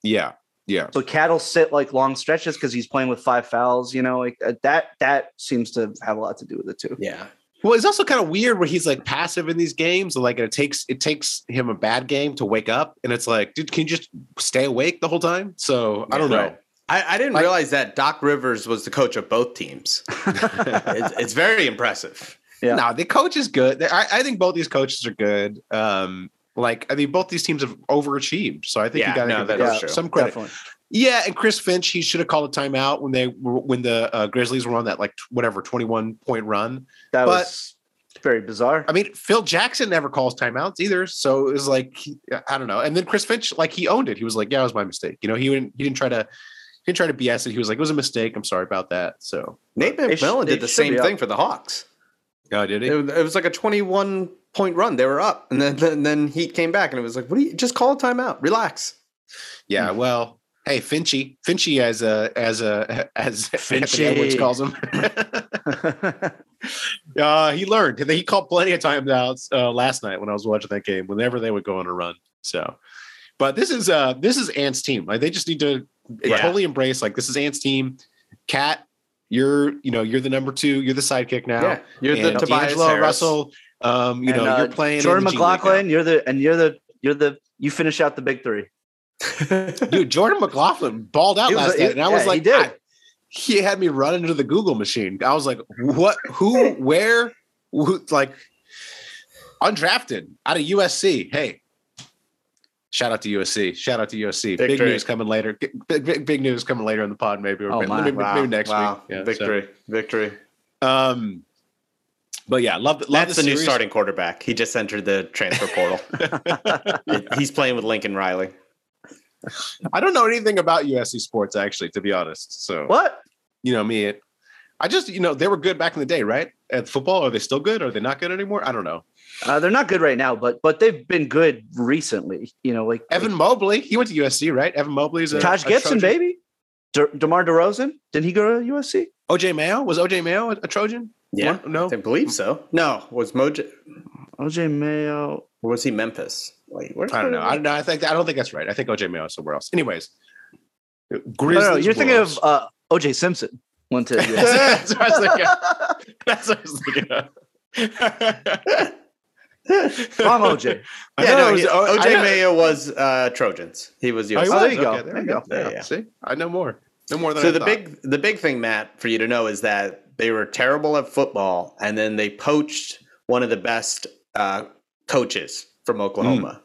Yeah, yeah.
So Cat will sit like long stretches because he's playing with five fouls. You know, like uh, that. That seems to have a lot to do with it too.
Yeah.
Well, it's also kind of weird where he's like passive in these games. and, Like it takes it takes him a bad game to wake up, and it's like, dude, can you just stay awake the whole time? So I don't know.
I, I didn't
I-
realize that Doc Rivers was the coach of
<laughs>
both teams. it's, it's very impressive.
Yeah.
No, the coach is good. They- I, I think both these coaches are good. Um, like I mean, both these teams have overachieved, so I think
Yeah,
you got
no,
to give
that
the
is
coach
true.
some credit.
Definitely.
Yeah, and Chris Finch, he should have called a timeout when they were, when the uh, Grizzlies were on that like tw- whatever twenty one point run.
That
But-
was very bizarre.
I mean, Phil Jackson never calls timeouts either, so it was like he- I don't know. And then Chris Finch, like he owned it. He was like, "Yeah, it was my mistake." You know, he didn't he didn't try to he didn't try to BS it. He was like, "It was a mistake. I'm sorry about that." So,
Nate
They sh-
McMillan
they
did the
should
same
be up.
thing for the Hawks.
oh, did he?
It, was- it was like a 21 point run. They were up, and then, then then he came back, and it was like, "What do you just call a timeout? Relax."
Hmm.
Yeah. Well, hey, Finchy, Finchy, as a as a <laughs> as Finchy
Finchy.
Edwards
<laughs>
calls him. uh, he learned. He called plenty of timeouts uh, last night when I was watching that game. Whenever they would go on a run, so. But this is uh this is Ant's team. Like they just need to
Yeah.
totally embrace. Like this is Ant's team. Cat, you're you know you're the number two. You're the sidekick now.
Yeah, you're the
And
Tobias
D'Angelo
Harris. <laughs>
Russell. Um, you
And,
know
uh,
you're playing in
Jordan
the G League now.
McLaughlin. You're the and you're the you're the you finish out the big three.
dude. Jordan McLaughlin balled out
He was-
last
he-
night, and I was
yeah, he
like,
did.
I- he had me run into the Google machine. I was like, what?
<laughs>
Who? Where? Who, like undrafted out of USC. Hey, shout out to USC. Shout out to USC. Big
Victory.
news coming later. G- Big, big, big news coming later in the pod. Maybe or
Oh,
maybe,
my.
maybe
Wow,
next
wow.
week. Yeah, so,
victory, victory.
um, but yeah, love, love
That's the, new
series.
starting quarterback. He just entered the transfer portal.
<laughs>
He's playing with Lincoln Riley.
I don't know anything about USC sports actually, to be honest. So
What?
you know me. It, I just you know they were good back in the day, right? At football, are they still good? Are they not good anymore? I don't know.
Uh, they're not good right now, but but they've been good recently. You know, like
Evan Mobley, he went to USC, right? Evan Mobley's a
Taj
a
Gibson,
Trojan.
baby. De- Demar Derozan. Didn't he go to USC?
OJ Mayo was OJ Mayo a Trojan?
Yeah,
One- no.
I believe so. No, was Mojo?
OJ Mayo.
Or was he Memphis? Like, where
I don't know. I don't know. I think I don't think that's right. I think OJ Mayo is somewhere else. Anyways,
No,
Grizzlies.
no, you're thinking
Wolves.
of uh, OJ Simpson. Went to USC.
<laughs> that's what I was thinking. That's what I was thinking of.
Wrong
<laughs>
OJ.
I
yeah,
know it
no,
was-
he-
oh, I
OJ
know-
Mayo was uh, Trojans. He was
Oh, he
Oh,
USC.
there
was?
you go.
Okay,
There you go.
Yeah,
Yeah, yeah.
See, I know more. No more than
so
I
the
thought.
big the big thing, Matt, for you to know is that they were terrible at football, and then they poached one of the best uh, coaches from
Hmm.
Oklahoma,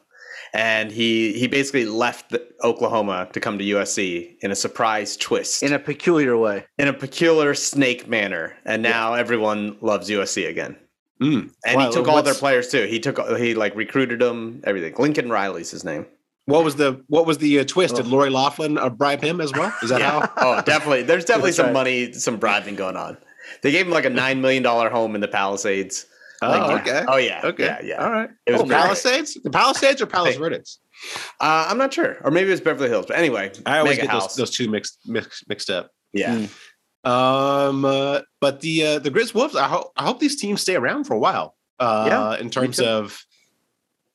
and he he basically left the, Oklahoma to come to USC in a
<laughs>
surprise twist, in
In
a,
a peculiar way.
peculiar snake manner, and now everyone loves USC again.
Mm.
And
Wow,
he took all their
what's-
players too. He took he like recruited them, everything. Lincoln Riley's his name.
What was the what was the uh, twist? Did
Oh.
Lori Laughlin uh, bribe him as well? Is that
Yeah.
how?
oh, definitely.
<laughs>
There's definitely
That's
some
right.
money, some bribing going on. They gave him like a nine million dollar home in the Palisades.
Oh,
Like,
okay.
yeah. Oh yeah.
Okay.
Yeah. Yeah.
All right.
It was
oh,
great.
Palisades? The Palisades or Palos Verdes?
Uh, I'm not sure, or maybe it was Beverly Hills. But anyway,
I always
mega
get those,
house.
those two mixed mixed mixed up.
yeah.
Mm.
Um, uh, but the uh, the Grizz Wolves, I hope I hope these teams stay around for a while. Uh,
Yeah,
in terms
too.
of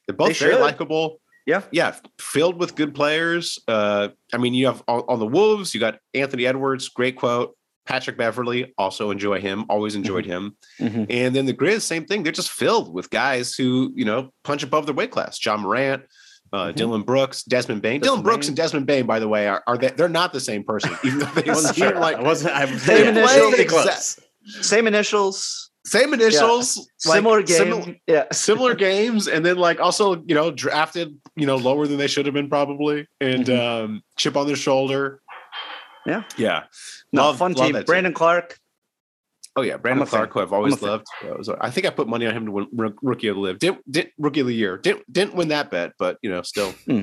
they're both
They
very
should.
likable.
Yeah.
yeah, filled with good players. Uh, I mean, you have on, on the Wolves, you got Anthony Edwards, great quote. Patrick Beverly, also enjoy him. Always
Mm-hmm.
enjoyed him.
Mhm.
And then the Grizz, same thing. They're just filled with guys who you know punch above their weight class. John Morant, uh, Dylan Brooks, Desmond Bain. Dylan
Mm-hmm. Desmond
Brooks
Bane.
and Desmond Bain, by the way, are, are they? They're not the same person, even though <laughs> they
Wasn't
seem
sure.
like
I
<laughs>
wasn't. I was
Same initial-
pretty close.
exact-
Same initials.
same initials, like,
similar game.
simil-
yeah. <laughs>
similar games, and then like also you know drafted you know lower than they should have been probably, and
Mhm.
um, chip on their shoulder.
Yeah.
yeah,
No,
Love-
fun
love
team.
that
Brandon Clark.
Oh yeah, Brandon
a fan.
Clark, who I've always
fan.
loved. Uh, so I think I put money on him to win Rook- rookie of the live. Didn't, didn't rookie of the year. Didn't didn't win that bet, but you know still.
Hmm.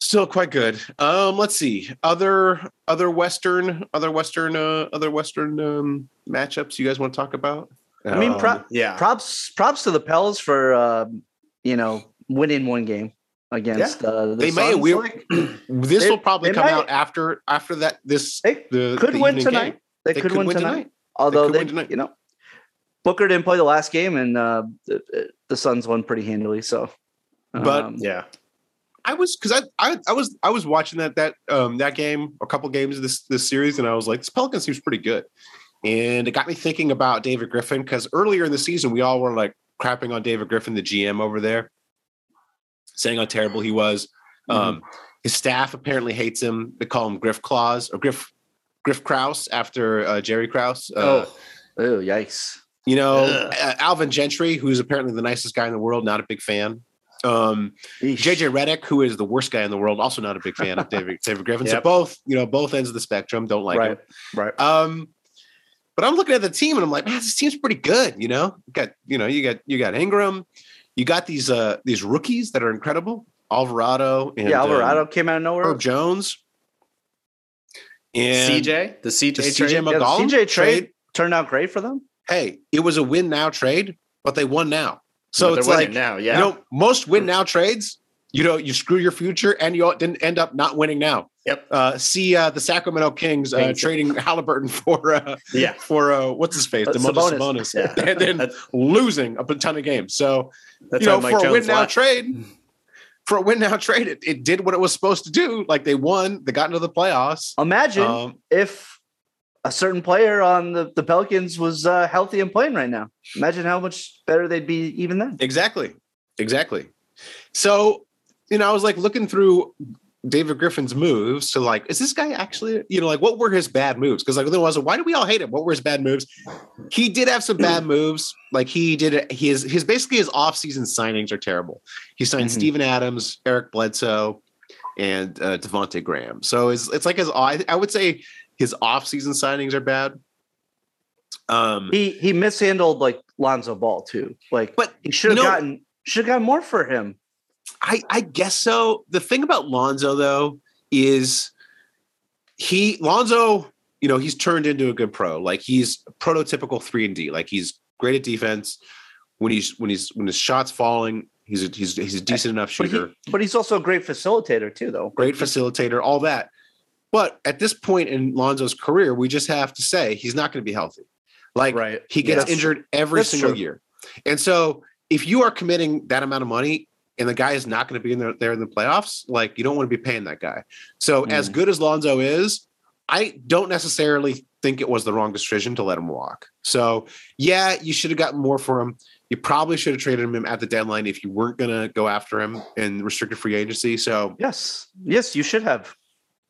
Still quite good. Um, let's see other other Western other Western uh, other Western um, matchups you guys want to talk about?
I mean,
Um,
pro-
Yeah.
props props to the Pels for um, you know winning one game against uh, the
they may
Suns.
we this
They-
will probably
they
come
might-
out after after that this
They
the
could
the
win
evening
tonight.
game.
They, could, win tonight. Although
could
they,
win tonight.
you know, Booker didn't play the last game, and uh, the, the Suns won pretty handily. So,
But-
um,
Yeah.
I was because I, I I was I was watching that that um that game a couple games of this this series and I was like this Pelican seems pretty good, and it got me thinking about David Griffin because earlier in the season we all were like crapping on David Griffin the GM over there, saying how terrible he was.
Mm-hmm.
Um, his staff apparently hates him. They call him Griff Claus or Griff Griff Kraus after uh, Jerry Kraus. Uh,
oh,
oh yikes!
you know
Ugh.
uh, Alvin Gentry, who's apparently the nicest guy in the world, not a big fan. Um,
Eesh.
JJ Reddick, who is the worst guy in the world, also not a big fan
<laughs>
of David, David Griffin. So
Yep.
both, you know, both ends of the spectrum don't like
right,
him.
right.
Um, but I'm looking at the team and I'm like, man, this team's pretty good. You know, you got you know you got you got Ingram, you got these uh these rookies that are incredible, Alvarado and
yeah, Alvarado
um,
came out of nowhere.
Herb Jones, and
CJ, the CJ,
the
trade?
CJ
Yeah, the
McCollum
CJ trade turned out great for them.
Hey, it was a win now trade, but they won now. So
But they're
it's
winning
like
now, yeah.
You know, most win now trades, you know, you screw your future and you didn't end up not winning now.
Yep.
Uh, see uh, the Sacramento Kings uh,
Kings.
trading Halliburton <laughs> for uh,
yeah.
for uh, what's his face,
Uh,
Demontis Sabonis,
Sabonis.
Yeah.
<laughs> and then
That's-
losing a ton of games. So
That's
you know,
how Mike
for a
Jones
win now
left. <laughs>
trade, for a win now trade, it, it did what it was supposed to do. Like they won, they got into the playoffs.
Imagine
Um,
if a certain player on the, the Pelicans was uh, healthy and playing right now. Imagine how much better they'd be even then.
Exactly. Exactly. So, you know, I was like looking through David Griffin's moves to like, is this guy actually, you know, like what were his bad moves? Because like then I was like, why do we all hate him? What were his bad moves? He did have some bad moves. Like he did his his basically his offseason signings are terrible. He signed
Mhm.
Steven Adams, Eric Bledsoe, and uh Devontae Graham. So it's it's like his I, I would say his offseason signings are bad. Um
He he mishandled like Lonzo Ball too. Like,
But,
he should have
you know-
gotten should have gotten more for him.
I, I guess so. The thing about Lonzo though is he Lonzo, you know, he's turned into a good pro. Like he's prototypical three and D. Like he's great at defense. When he's when he's when his shots falling, he's a, he's he's a decent enough
But,
shooter,
he, but he's also a great facilitator too, though.
great facilitator, all that. But at this point in Lonzo's career, we just have to say he's not going to be healthy. Like
Right.
he gets
That's-
injured every
That's
single
true.
year. And so if you are committing that amount of money and the guy is not going to be in there, there in the playoffs, like you don't want to be paying that guy. So
Mm.
as good as Lonzo is, I don't necessarily think it was the wrong decision to let him walk. So yeah, you should have gotten more for him. You probably should have traded him at the deadline if you weren't going to go after him in restricted free agency. So
Yes. Yes, you should have.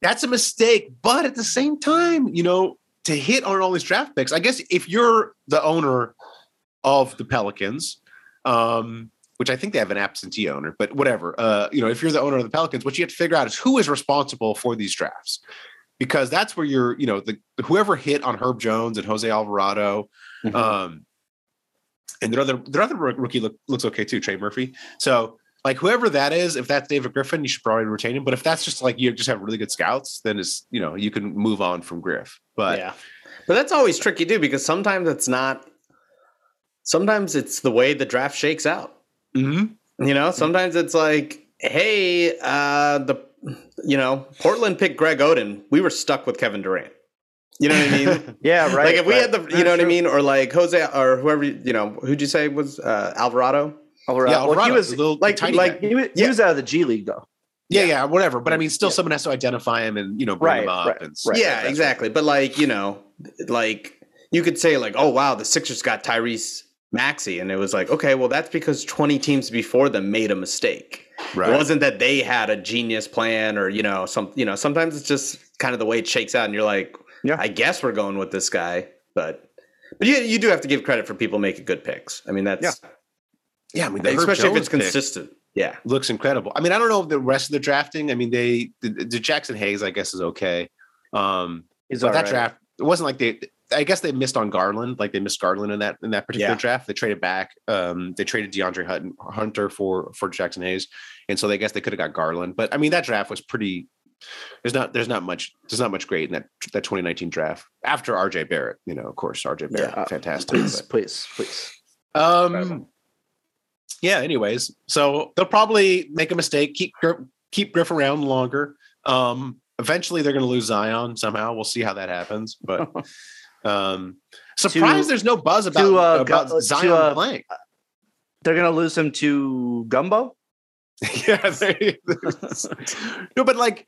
that's a mistake. But at the same time, you know, to hit on all these draft picks, I guess if you're the owner of the Pelicans, um, which I think they have an absentee owner, but whatever, uh, you know, if you're the owner of the Pelicans, what you have to figure out is who is responsible for these drafts, because that's where you're, you know, the whoever hit on Herb Jones and Jose Alvarado,
Mhm.
um, and their other their other rook- rookie look, looks okay too, Trey Murphy. So like whoever that is, if that's David Griffin, you should probably retain him. But if that's just like you just have really good scouts, then it's you know you can move on from Griff. But
yeah. But that's always tricky too, because sometimes it's not. Sometimes it's the way the draft shakes out.
Mhm.
You know, sometimes it's like, hey, uh, the you know, Portland picked Greg Oden. We were stuck with Kevin Durant. You know what I
<laughs>
mean?
Yeah, right.
like if we
right.
had the, you
That's
know what I
true.
mean, or like Jose or whoever, you know, who'd you say was uh, Alvarado?
Alvarado.
yeah,
Well,
Alvarado,
he was
a little
like-
tiny
like-
guy.
he was, he
Yeah.
was out of the G League though.
yeah, yeah, whatever. But I mean, still,
Yeah.
someone has to identify him and you know bring
Right,
him up.
right,
and
right.
yeah, exactly. But like, you know, like you could say like, oh wow, the Sixers got Tyrese Maxey, and it was like, okay, well that's because twenty teams before them made a mistake.
Right.
It wasn't that they had a genius plan or you know some you know sometimes it's just kind of the way it shakes out, and you're like,
Yeah.
I guess we're going with this guy, but but you you do have to give credit for people making good picks. I mean that's
Yeah, I mean, the Herb
especially if
Jones
it's
pick
consistent. Yeah,
looks incredible. I mean, I don't know the rest of the drafting. I mean, they the, the Jackson Hayes, I guess, is okay. Um,
He's
but
all
that
right.
draft, it wasn't like they I guess they missed on Garland, like they missed Garland in that in that particular
Yeah.
draft. They traded back. Um, they traded DeAndre Hutton, Hunter for for Jackson Hayes, and so they guess they could have got Garland. But I mean, that draft was pretty. There's not there's not much there's not much great in that that 2019 draft after RJ Barrett. You know, of course, RJ Barrett,
Yeah.
fantastic.
Please, please, please.
but, um,
Incredible.
yeah. Anyways, so they'll probably make a mistake. Keep Gr- keep Griff around longer. Um, eventually, they're going to lose Zion somehow. We'll see how that happens, but.
<laughs>
Um,
To-
surprised there's no buzz about,
to, uh,
about
go- to,
Zion
uh,
playing.
They're gonna lose him to Gumbo.
<laughs> yeah, there- no, but like,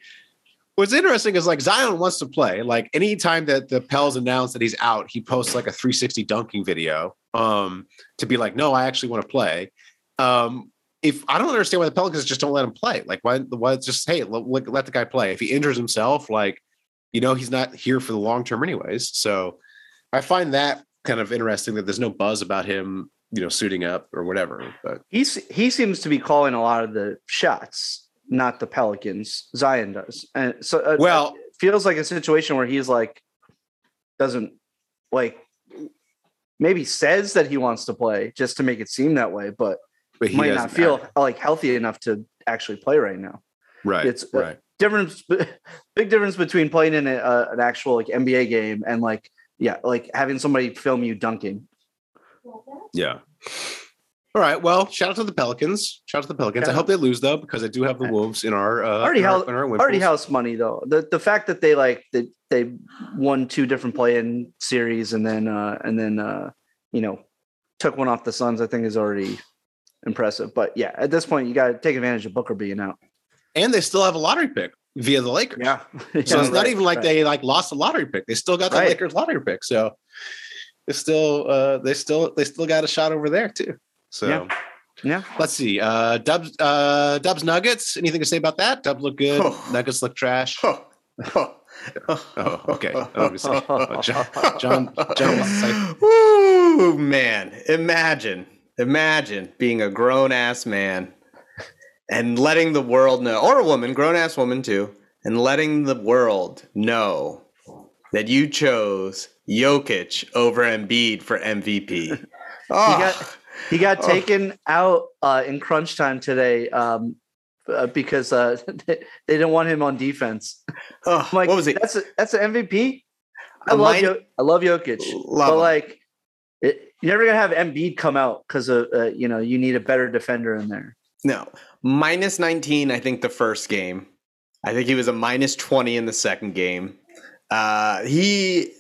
what's interesting is like Zion wants to play. Like anytime that the Pels announce that he's out, he posts like a 360 dunking video um, to be like, no, I actually want to play. Um, if I don't understand why the Pelicans just don't let him play, like why, why just hey, let, let- let the guy play. If he injures himself, like you know, he's not here for the long term anyways. So I find that kind of interesting that there's no buzz about him, you know, suiting up or whatever. But
He's he seems to be calling a lot of the shots, not the Pelicans. Zion does, and so uh,
Well-
it feels like a situation where he's like doesn't like maybe says that he wants to play just to make it seem that way, but
but he
might
doesn't
not feel like healthy enough to actually play right now.
Right.
It's- uh,
right.
Difference, <laughs> big difference between playing in a, uh, an actual like NBA game and like yeah, like having somebody film you dunking.
Yeah. All right. Well, shout out to the Pelicans. Shout out to the Pelicans. I
Yeah.
hope they lose though, because I do have the Wolves in our uh,
Already
in our,
held-
in our win
Already
pools.
house money though. The the fact that they like that they won two different play in series and then uh and then uh you know took one off the Suns I think is already impressive. But yeah, at this point you got to take advantage of Booker being
<laughs>
out.
and they still have a lottery pick via the Lakers.
Yeah.
So it's not even like they like lost a lottery pick. They still got the
Right.
Lakers lottery pick. So they still uh they still they still got a shot over there too. So
Yeah. Yeah.
let's see. Uh Dubs uh Dubs Nuggets. Anything to say about that? Dubs look good,
Oh.
Nuggets look trash.
Oh, <laughs>
Oh, okay. Obviously.
<laughs>
Oh, John John John
<gasps>
was like,
Ooh, man. Imagine. Imagine being a grown ass man and letting the world know, or a woman, grown ass woman too, and letting the world know that you chose Jokic over Embiid
<laughs>
for MVP. Oh,
got- He got
Oh.
taken out uh, in crunch time today um, uh, because uh, <laughs> they didn't want him on defense.
oh,
I'm like,
what was it?
That's a, that's an MVP. I
A
love
min-
Jo- I love Jokic,
Love
but
him.
like, it, you're never gonna have Embiid come out because uh, uh, you know you need a better defender in there.
No, minus 19, I think, the first game. I think he was a minus 20 in the second game. Uh, he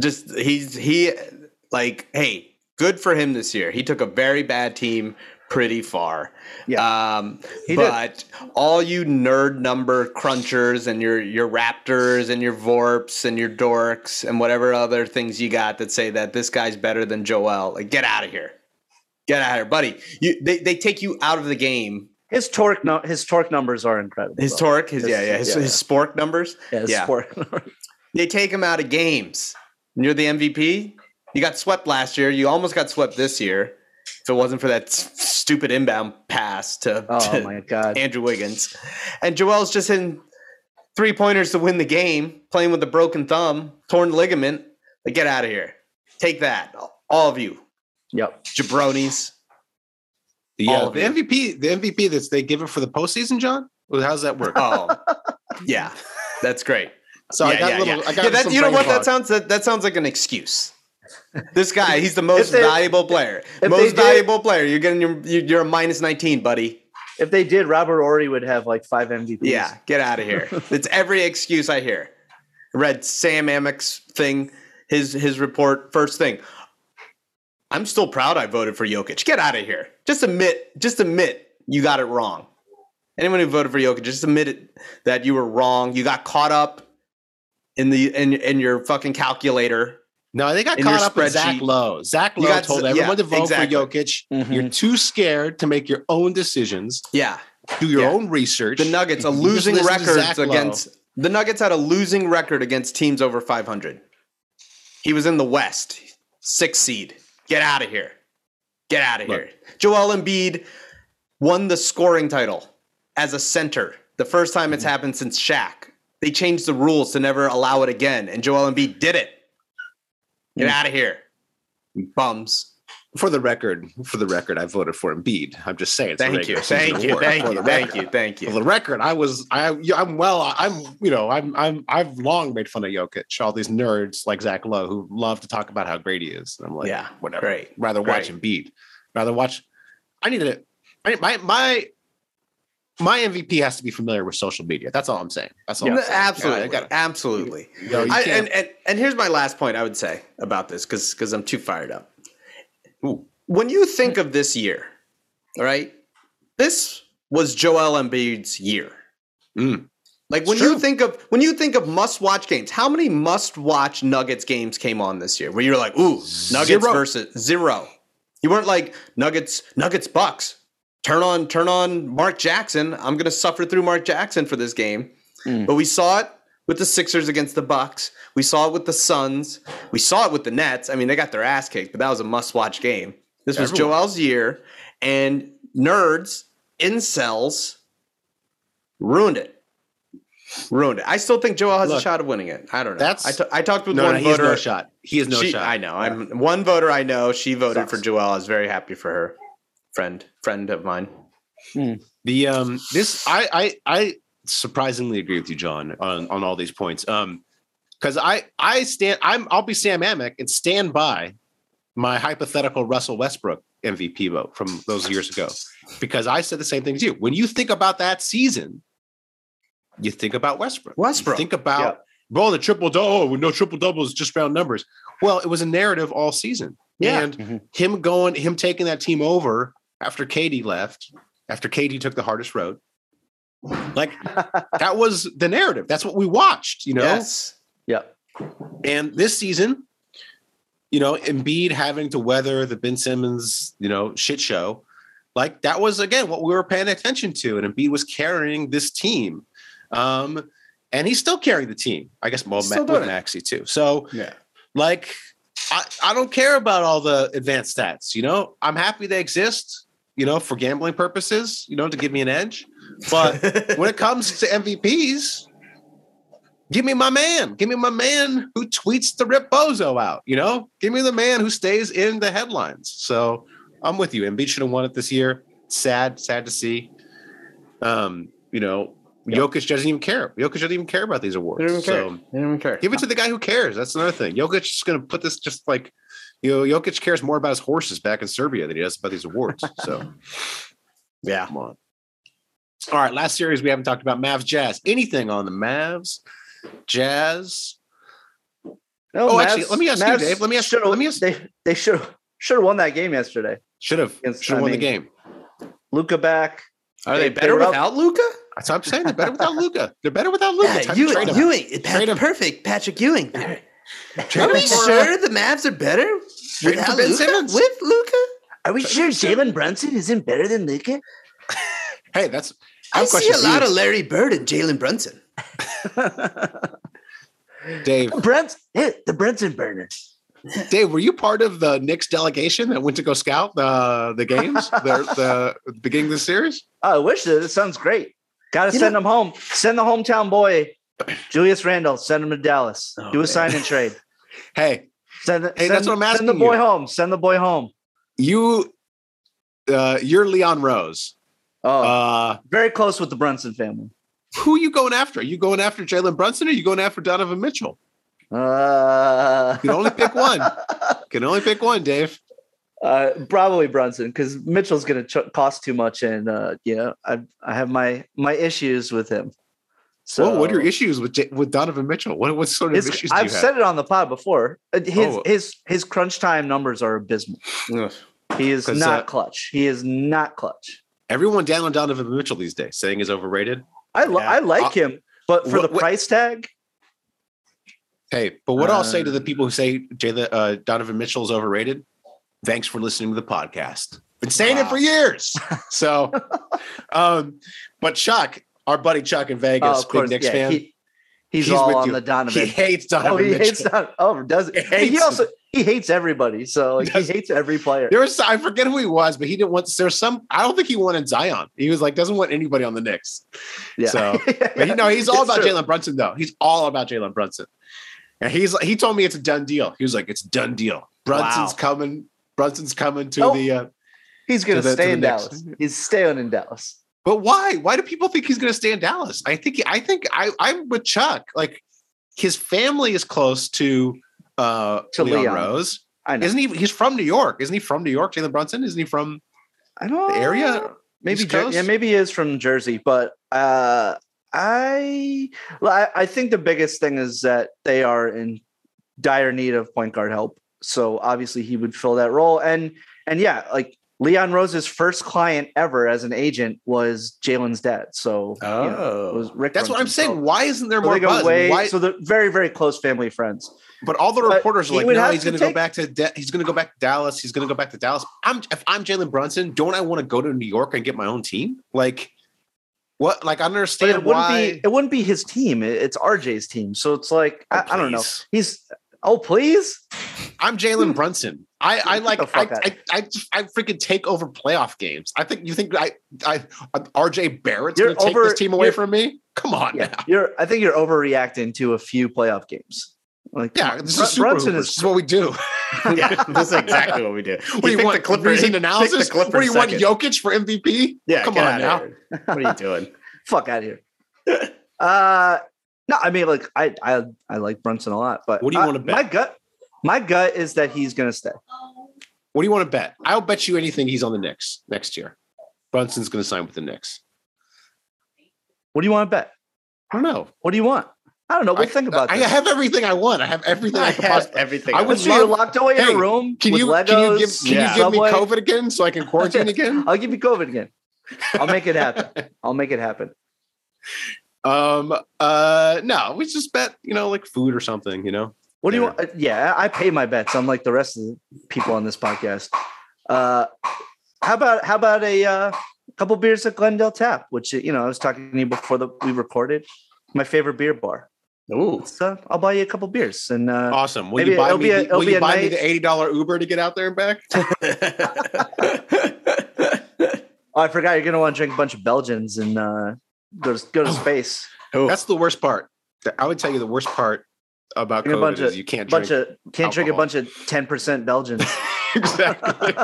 just, he's, he, like, hey, good for him this year. He took a very bad team pretty far. Yeah. Um,
He did.
but all you nerd number crunchers and your your raptors and your vorps and your dorks and whatever other things you got that say that this guy's better than Joel, like get out of here. Get out of here, buddy. You they, they take you out of the game.
His torque, no, his torque numbers are incredible.
His
though.
torque, his yeah,
His-
yeah, his,
yeah,
his spork numbers.
yeah, his
yeah.
torque <laughs> numbers.
They take him out of games. And you're the MVP. You got swept last year. You almost got swept this year. If it wasn't for that s- stupid inbound pass to,
Oh
<laughs>
to
my god,
Andrew Wiggins. And Joel's just hitting three pointers to win the game, playing with a broken thumb, torn ligament. Like, get out of here. Take that. All of you,
yep,
jabronis.
Yeah,
of
the
it.
MVP, the MVP that's they give it for the postseason, John. Well, How's that work?
Oh, yeah. That's great.
So I
Yeah,
got a
yeah,
little. I got
yeah, that,
some
you know
brain
what? That
fog.
sounds that, that sounds like an excuse. This
<laughs>
guy, he's the most
they-
valuable player.
they
Most
did-
valuable player. You're getting your you- you're a minus 19, buddy.
if they did, Robert Ory would have like five MVPs.
Yeah, get out of here. It's every excuse I hear. Read Sam Amick's thing, his his report first thing. I'm still proud I voted for Jokic. Get out of here. Just admit, just admit you got it wrong. Anyone who voted for Jokic, just admit it, that you were wrong. You got caught up in the in in your fucking calculator.
No, they got
in
caught
your
up with Zach
spreadsheet.
Lowe. Zach
You
Lowe
got-
told
yeah,
everyone to vote
exactly. Mm-hmm.
for Jokic.
Mhm.
You're too scared to make your own decisions.
Yeah.
Do your
Yeah.
own research.
The Nuggets a
You just
losing
listen to Zach
record
Lowe.
against the Nuggets had a losing record against teams over 500. He was in the West, six seed. Get out of here. Get out of
Look.
here. Joel Embiid won the scoring title as a center. The first time
Mm-hmm.
it's happened since Shaq. They changed the rules to never allow it again, and Joel Embiid did it.
Mm.
Get out of here, bums.
For the record, for the record, I voted for Embiid. I'm just saying. it's a
Thank you,
regular season
thank you,
award.
thank
For
you,
the
thank
record.
you, thank
For
you.
the record, I was I yeah, I'm well I'm you know I'm I'm I've long made fun of Jokic. All these nerds like Zach Lowe who love to talk about how great he is. And I'm like,
Yeah,
whatever.
great.
Rather watch
Right.
Embiid. Rather watch. I need to. I need, my my my MVP has to be familiar with social media. That's all I'm saying. That's all. I'm saying.
Absolutely,
I gotta-
absolutely.
you know, you
I,
can't-
and, and and here's my last point I would say about this because because I'm too fired up. When you think of this year, all right, this was Joel Embiid's year.
Mm.
Like when you think of when you think of must watch games, how many must watch Nuggets games came on this year? Where you're like, ooh, Nuggets
Zero.
versus zero. You weren't like Nuggets Nuggets Bucks. Turn on turn on Mark Jackson. I'm gonna suffer through Mark Jackson for this game.
Mm.
But we saw it with the Sixers against the Bucks. We saw it with the Suns. We saw it with the Nets. I mean, they got their ass kicked, but that was a must-watch game. This was
Everyone.
Joel's year, and nerds, incels, ruined it. Ruined it. I still think Joel has a
Look,
shot of winning it. I don't know.
that's-
I ta- I talked with
no,
one
no, he has
voter.
no shot. He has no
She-
shot.
I know. I'm one voter. I know. She voted
Sucks.
for Joel. I was very happy for her. Friend, friend of mine.
The um this I I I surprisingly agree with you, John, on on all these points. Um because I I stand I'm I'll be Sam Amick and stand by my hypothetical Russell Westbrook MVP vote from those years ago. Because I said the same thing to you. When you think about that season, you think about Westbrook. You
Westbrook.
think about well, the triple double, no triple doubles, just round numbers. Well, it was a narrative all season.
Yeah.
And
Mhm.
him going, him taking that team over after Katie left, after Katie took the hardest road.
<laughs>
Like that was the narrative. That's what we watched, you know.
Yes.
Yeah.
And this season, you know, Embiid having to weather the Ben Simmons, you know, shit show. Like that was again what we were paying attention to. And Embiid was carrying this team. Um, and he's still carrying the team. I guess well,
Still
Ma-
doing
with
it.
Maxi too. So
<laughs> Yeah.
like I, I don't care about all the advanced stats, you know. I'm happy they exist, you know, for gambling purposes, you know, to give me an edge. But <laughs> when it comes to MVPs, give me my man. Give me my man who tweets the Rip Bozo out. You know, give me the man who stays in the headlines. So I'm with you. Embiid should have won it this year. Sad, sad to see. Um, you know, Jokic doesn't even care. Jokic doesn't even care about these awards.
They don't even care.
So
I don't care.
give it to the guy who cares. That's another thing. Jokic is going to put this just like. You know, Jokic cares more about his horses back in Serbia than he does about these awards. So
Yeah.
Come on. All right, last series we haven't talked about Mavs Jazz. Anything on the Mavs? Jazz.
No,
Oh, actually, let me ask you, Dave. Let me ask-
should've-
let me ask-
They they should should have won that game yesterday.
Should have
Against-
should have
I
won the
mean-
game.
Luca back.
Are they
They-
better
they were up-
without Luca?
That's what I'm saying. They're better without Luca. They're better without Luca. Time to trade him.
Ewing,
Pat- Trade him.
perfect, Patrick Ewing.
Trade him for, uh,
the Mavs are better
trade him for Ben Simmons.
With Luca,
Are we sure Jalen Brunson isn't better than Luca?
Hey, that's I have a question for you,
Larry Bird and Jalen Brunson.
Dave.
Brunson, the Brunson burner.
Dave, were you part of the Knicks delegation that went to go scout the the <laughs> games, the, the beginning of the series?
Oh, I wish that. It sounds great. Got to
You
send him home. Send the hometown boy, Julius Randall. Send him to Dallas.
Oh,
Do a
man.
sign and trade.
Hey,
Send,
Hey,
send,
that's what I'm asking
Send the boy
you.
home. Send the boy home.
you, uh, you're Leon Rose.
Oh,
Uh,
very close with the Brunson family.
who are you going after? Are you going after Jalen Brunson or are you going after Donovan Mitchell?
Uh,
You can only pick one. You can only pick one, Dave.
<laughs> uh, probably Brunson because Mitchell's going to ch- cost too much, and uh, you know I I have my my issues with him. So
Whoa, what are your issues with J- with Donovan Mitchell? What what sort of
His-
issues do you
I've
have?
said it on the pod before. Uh, His
Oh.
his his crunch time numbers are abysmal. He is
'Cause,
not
uh,
clutch. He is not clutch.
Everyone down on Donovan Mitchell these days, saying he's overrated.
I li-
Yeah.
I like him, but for
Uh, Wha-
the
wha-
price tag,
Hey, but what I'll say to
Uh,
the people who say Jalen uh, Donovan Mitchell's overrated, thanks for listening to the podcast. Been saying it
Wow.
<laughs>
for years. So, um, but Chuck, our buddy Chuck in
oh,
Vegas,
of
big
course,
Knicks
yeah,
fan,
he- he's,
He's
all
with
on
you.
the
<laughs> he
Donovan.
hates Donovan
oh, he
Mitchell.
hates Don. Oh, does
He
he? He,
hates
also he hates everybody. So like, he
Does-
hates every player.
There was I forget who he was, but he didn't want there's some I don't think he wanted Zion. He was like doesn't want anybody on the Knicks.
Yeah. <laughs>
So but you know he's all
It's
about
true.
Jalen Brunson though. He's all about Jalen Brunson. And he's he told me it's a done deal. He was like, it's a done deal. Brunson's
Wow.
coming. Brunson's coming to
Nope.
the. Uh,
He's going
To the-
to
to
stay
the
in
next.
Dallas. He's staying in Dallas.
but why? Why do people think he's going to stay in Dallas? I think. I think. I. I'm with Chuck. Like his family is close to uh
To
Leon,
Leon.
Rose.
I know.
Isn't he? He's from New York. Isn't he from New York? Jalen Brunson. Isn't he from
I don't
the area?
Maybe
East
Jer-
Coast?
yeah, maybe he is from Jersey, but uh, I, well, I I think the biggest thing is that they are in dire need of point guard help. So obviously he would fill that role, and and yeah, like Leon Rose's first client ever as an agent was Jalen's dad. So you
Oh.
know, it was Rick.
Oh. That's what I'm
Brunson.
saying. Why isn't there
So, so
more
they go
buzz?
way,
Why,
so they're very very close family friends.
but all the
but
reporters are
he
like,
would
no,
have
he's
to
going to go
take-
back to da- he's going to go back to Dallas. He's going to go back to Dallas. I'm if I'm Jalen Brunson, don't I want to go to New York and get my own team? Like what? Like I don't
But
understand
it wouldn't
why.
be it wouldn't be his team. It- It's RJ's team. So it's like
Oh,
I, I don't know.
please.
He's oh please.
I'm Jalen Brunson. I, I like
Hmm. the
I,
fuck
I, I I freaking take over playoff games. I think you think I I RJ Barrett's
You're
going to take
over-
this team away
you're-
from me? Come on
yeah,
now. <laughs>
you're. I think you're overreacting to a few playoff games. Like,
Yeah, this
Br-
is super
Brunson
Hoopers.
is-
This is what we do. <laughs>
<laughs> yeah, that's exactly what we do.
What do you want?
<laughs>
reasoned analysis? What do you want? Jokic for MVP?
Yeah,
come
get
on
outta
now.
here.
<laughs>
What are you <laughs> doing?
fuck out of here. uh, no, I mean, like, I, I, I like Brunson a lot, but
What do you
I-
wanna bet?
My gut, my gut is that he's gonna stay.
What do you want to bet? I'll bet you anything he's on the Knicks next year. Brunson's going to sign with the Knicks.
What do you want to bet?
I don't know.
What do you want? I don't know. We'll
I-
think about
I
this.
have everything I want. I have
<laughs>
everything I,
I
can
had
possibly.
everything.
I
I
would
was
Let's see, you're
love-
locked away in
Hey,
a room
Can
with
you
Legos.
can you give can
yeah.
you give me
Subway.
COVID again so I can
<laughs>
quarantine again?
I'll give you COVID again. I'll make it
<laughs>
happen. I'll make it happen.
Um. Uh. No, we just bet. You know, like food or something. You know.
What do you
Yeah.
want? uh, Yeah, I pay my bets. I'm like the rest of the people on this podcast. Uh, how about how about a uh, couple beers at Glendale Tap, which you know I was talking to you before the, we recorded. My favorite beer bar.
<laughs> ooh,
So I'll buy you a couple beers, and uh,
Awesome. Will
maybe
you buy
it'll
me?
be a-
the-
it'll
will
be
you
a
buy me
night-
the eighty dollar Uber to get out there and back?
oh, I forgot you're gonna want to drink a bunch of Belgians and uh, go to
<clears throat>
go to space.
Ooh.
That's the worst part. I would tell you the worst part about
Drink a
COVID
bunch
is
of-
you can't drink.
bunch of can't drink a
alcohol.
bunch of ten percent Belgians.
<laughs>
<laughs>
exactly.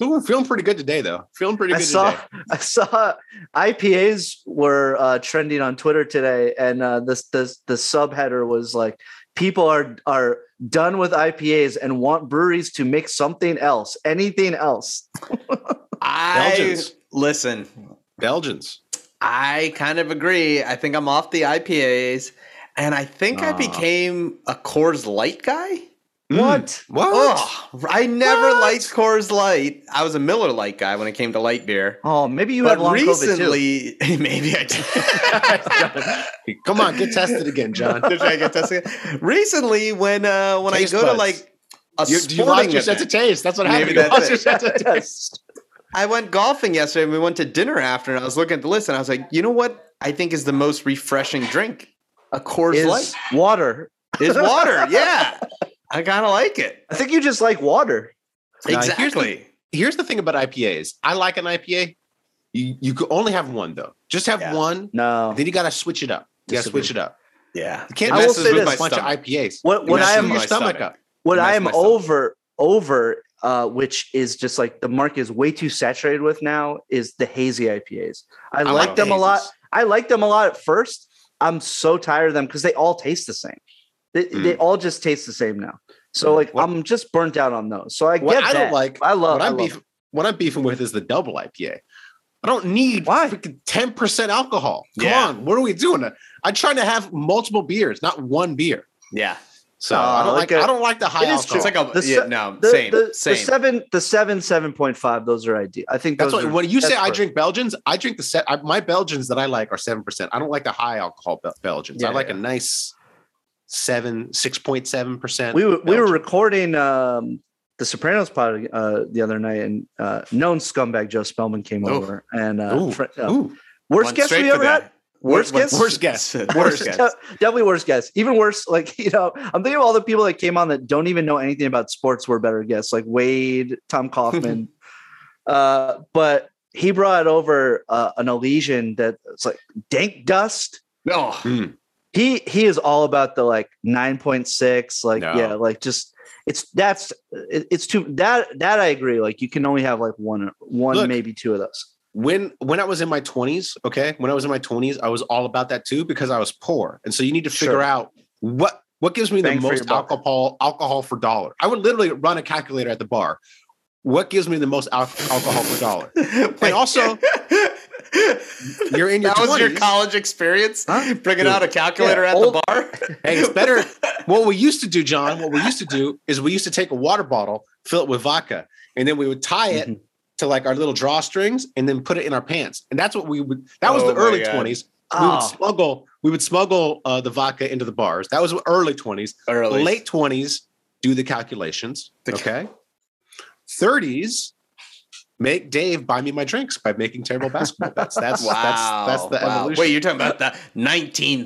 Ooh, I'm feeling pretty good today, though. Feeling pretty
I
good
saw
today.
<laughs> I saw IPAs were uh, trending on Twitter today, and uh, this this the subheader was like, "People are are done with IPAs and want breweries to make something else, anything else."
I
Belgians.
listen.
Belgians.
I kind of agree. I think I'm off the IPAs, and I think I
Ah.
became a Coors Light guy. Mm,
What?
What?
Oh, I never
What?
liked Coors Light. I was a Miller Light guy when it came to light beer.
Oh, maybe you
but
had long <laughs> COVID too.
recently, <laughs> maybe I did. <laughs>
Come on, get tested
<laughs>
again, John.
Did I get tested? Recently, when uh, when
Taste
I go to
buds.
like a
You, you
sporting
lost your sense of
event,
taste. That's what happened.
Maybe
You
that's
lost
it.
your sense of taste.
I went golfing yesterday. and We went to dinner after, and I was looking at the list, and I was like, you know what? I think is the most refreshing drink. A Coors
Is
Light
water?
<laughs> is water. yeah, I kind of like it.
I think you just like water.
Now, here's the-
exactly.
<laughs> Here's the thing about IPAs. I like an IPA. You you could only have one though. Just have
Yeah.
one.
No.
Then you got to switch it up. You got to
Disagree.
switch it up.
Yeah.
You can't
I will
messes
say
with
this.
a bunch of IPAs.
What
When
what I am
I
messes
am
with
your
my
stomach,
stomach.
up.
what
It
I
messes
am
my stomach.
over over uh, which is just like the market is way too saturated with now is the hazy IPAs. I,
I
like
like
them a
hazes.
lot. I like them a lot at first. I'm so tired of them because they all taste the same. They, they all just taste the same now. So like
Hmm. What-
I'm just burnt out on those. So I
What
get
I
that.
don't like.
I love.
what
I
I'm
love
beefing. What I'm beefing with is the double IPA. I don't need
Why?
freaking 10% alcohol. Come
Yeah.
on. What are we doing? I'm trying to have multiple beers, not one beer.
Yeah.
So
Uh,
I don't
like
like,
a-
I don't like the high
It is
alcohol.
It's like a
The
yeah,
se-
no
the,
same
the, the
same.
seven the seven seven point five. Those are ideal. I think those
that's what,
are-
when you say
that's
I
perfect.
drink Belgians, I drink the set. I, my Belgians that I like are seven percent. I don't like the high alcohol Bel- Belgians. I
Yeah,
like
yeah.
a nice seven, six point seven percent.
we were, we were recording um, the Sopranos pod uh, the other night, and uh, known scumbag Joe Spellman came
Oh.
over, and uh,
Ooh.
fr- uh,
Ooh,
worst
Went
guest
straight
we
for
ever
that.
had. <laughs> Worst
Went-
guess?
Worst guess.
Worst guess.
De- definitely worst guess. Even worse, like <laughs> you know, I'm thinking of all the people that came on that don't even know anything about sports were better guests, like Wade, Tom
<laughs>
Kaufman. uh, but he brought over uh, an Elysian that it's like dank dust,
No.
he he is all about the like 9.6 like
No.
yeah like just it's that's it, it's too that that i agree like you can only have like one one
Look.
maybe two of those
when when I was in my 20s, okay, when I was in my 20s, I was all about that too because I was poor. And so you need to figure
Sure.
out what what gives me
Bang
the
for your
most
buck.
alcohol alcohol for dollar. I would literally run a calculator at the bar. What gives me the most al- alcohol per
<laughs>
dollar? And also, you're in your
that
20s.
was your college experience? Bringing out a calculator
Yeah,
at
old-
the bar?
Hey, it's better. what we used to do, John, what we used to do is we used to take a water bottle, fill it with vodka, and then we would tie it to like our little drawstrings and then put it in our pants. And that's what we would, that was
Oh
the
my
early
God.
20s. We would
oh,
smuggle, we would smuggle uh, the vodka into the bars. That was early 20s.
Early.
Late 20s, do the calculations.
The ca-
okay. 30s, make Dave buy me my drinks by making terrible basketball bets. That's,
Wow.
that's, that's the
wow.
evolution.
Wait, you're talking about the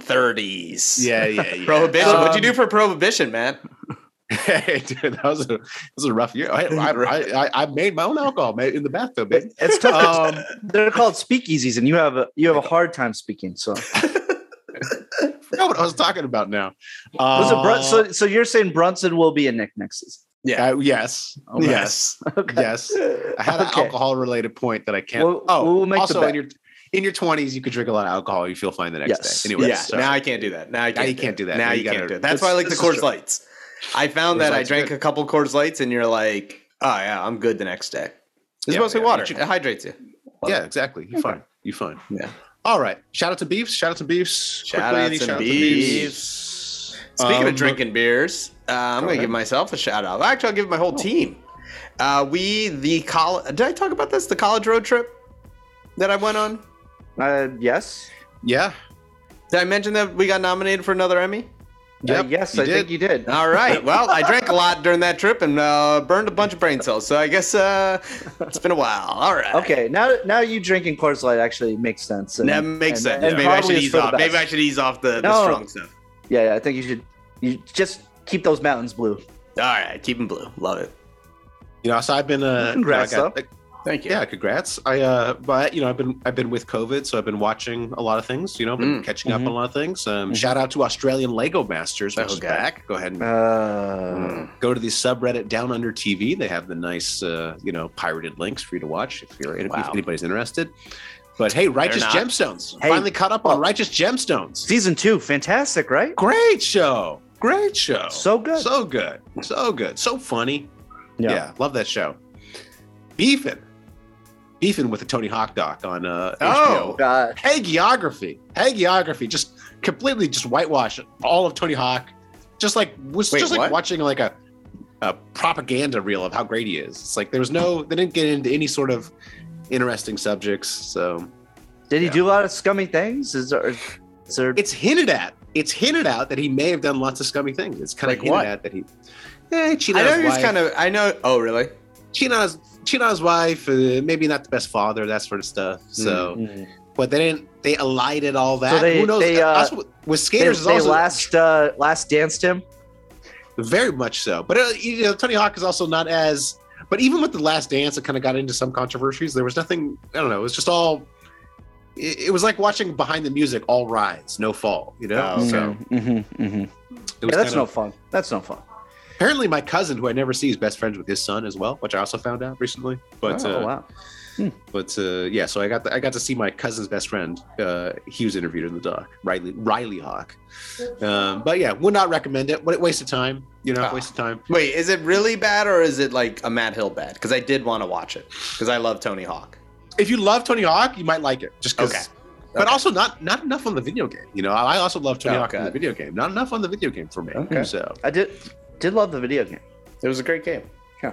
1930s.
yeah, yeah, yeah.
Prohibition. What'd you
Um,
do for prohibition, man?
<laughs> Hey, dude, that was a that was a rough year. I, I, I, I- I made my own alcohol made in the bathtub. man.
it- it's tough
<laughs> Um,
they're called speakeasies and you have a you have a hard time speaking so
I forgot what I was talking about now. Uh,
was it Brun- so so you're saying brunson will be a nick next season
uh, yes,
<laughs> Okay.
yes, yes. I had an
Okay.
alcohol related point that I can't.
We'll-
oh,
we'll make the
also
bet.
in your in your twenties, you could drink a lot of alcohol. You feel fine the next
Yes.
day. Anyway,
yeah.
so-
Now I can't do that. Now I can't.
you can't do that.
Now,
Now
you,
you
can't
gotta-
do it. That's
this-
why I like the
this is
Coors
true.
Lights. I found
Coors
that I
Light's
drank
good.
a couple Coors Lights, and you're like, oh yeah, I'm good the next day. It's
Yeah,
mostly
yeah,
water.
you should-
It hydrates you.
yeah, exactly. You fine. You fine.
Yeah.
All right. Shout out to Beefs. Shout out to Beefs.
Shout
Quickly,
out
any
to
shout-out
Beefs. Speaking
Um,
of drinking beers, uh, I'm going
ahead.
to give myself a shout out. Actually, I'll give my
Oh.
whole team. Uh, we the college. Did I talk about this? The college road trip that I went on.
uh, yes
Yeah.
Did I mention that we got nominated for another Emmy?
Uh,
Yep,
yes
you
i think you did
All right. Well, I drank a lot during that trip and uh, burned a bunch of brain cells. So I guess uh, it's been a while. All right.
Okay, now now you drinking Coors Light actually makes sense. and-
That makes
and-
sense.
and
Maybe I
probably
should
is
ease
for the
off. Maybe
best.
I should ease off the, the
No.
strong stuff.
Yeah, yeah, I think you should. You just keep those mountains blue.
All right. Keep them blue. Love it.
You know, so I've been uh,
Congrats,
I got-
though.
Thank you.
yeah congrats i uh but you know i've been i've been with covid so i've been watching a lot of things you know been
Mm. Mm-hmm.
catching up
Mhm.
on a lot of things um
Mhm.
shout out to australian lego masters which
Oh,
is
God.
back go ahead and
Uh,
go to the subreddit down under tv they have the nice uh you know pirated links for you to watch if you're
Wow.
if anybody's interested but hey righteous
not.
gemstones
Hey.
finally caught up on righteous gemstones
Season two, fantastic, right?
great show great show
So good.
Oh. so good so good so funny
Yeah.
yeah, love that show beefing beefing with the tony hawk doc on uh
Oh.
HBO.
God.
hagiography hagiography just completely just whitewash all of tony hawk just like was
Wait,
just like
what?
watching like a a propaganda reel of how great he is it's like there was no they didn't get into any sort of interesting subjects so
Did he
Yeah.
do a lot of scummy things? Is there? Is there
it's hinted at it's hinted out that he may have done lots of scummy things it's kind
Like
of hinted
what?
at that he yeah, he cheated
I
on
know
his
he was
wife.
kind of. I know. Oh, really?
China's China's wife, uh, maybe not the best father, that sort of stuff. So,
Mm.
but they didn't. They elided all that.
So they-
Who knows?
they, uh,
Us with, with
they,
skaters
they
is also
last uh, last danced him.
very much so. But uh, you know, Tony Hawk is also not as. But even with the Last Dance, it kind of got into some controversies. There was nothing. I don't know. It was just all. It, it was like watching behind the music, all rise, no fall. You know.
Oh,
So
Mm-hmm, mm-hmm.
it was
Yeah, that's
kind
no
of,
fun. That's no fun.
apparently my cousin, who I never see, is best friends with his son as well, which I also found out recently. But uh,
oh wow.
But uh, yeah, so I got the, I got to see my cousin's best friend. Uh, he was interviewed in the doc, Riley Riley Hawk. Um, but yeah, would not recommend it. But it waste of time, you know,
Ah.
waste of time.
Wait, is it really bad or is it like a Matt Hill bad? Because I did want to watch it because I love Tony Hawk.
If you love Tony Hawk, you might like it, just 'cause-
Okay.
But
Okay.
also not not enough on the video game. You know, I I also love Tony
Oh,
Hawk on the
God.
video game. Not enough on the video game for me.
Okay.
So,
I did did love the video game.
It was a great game.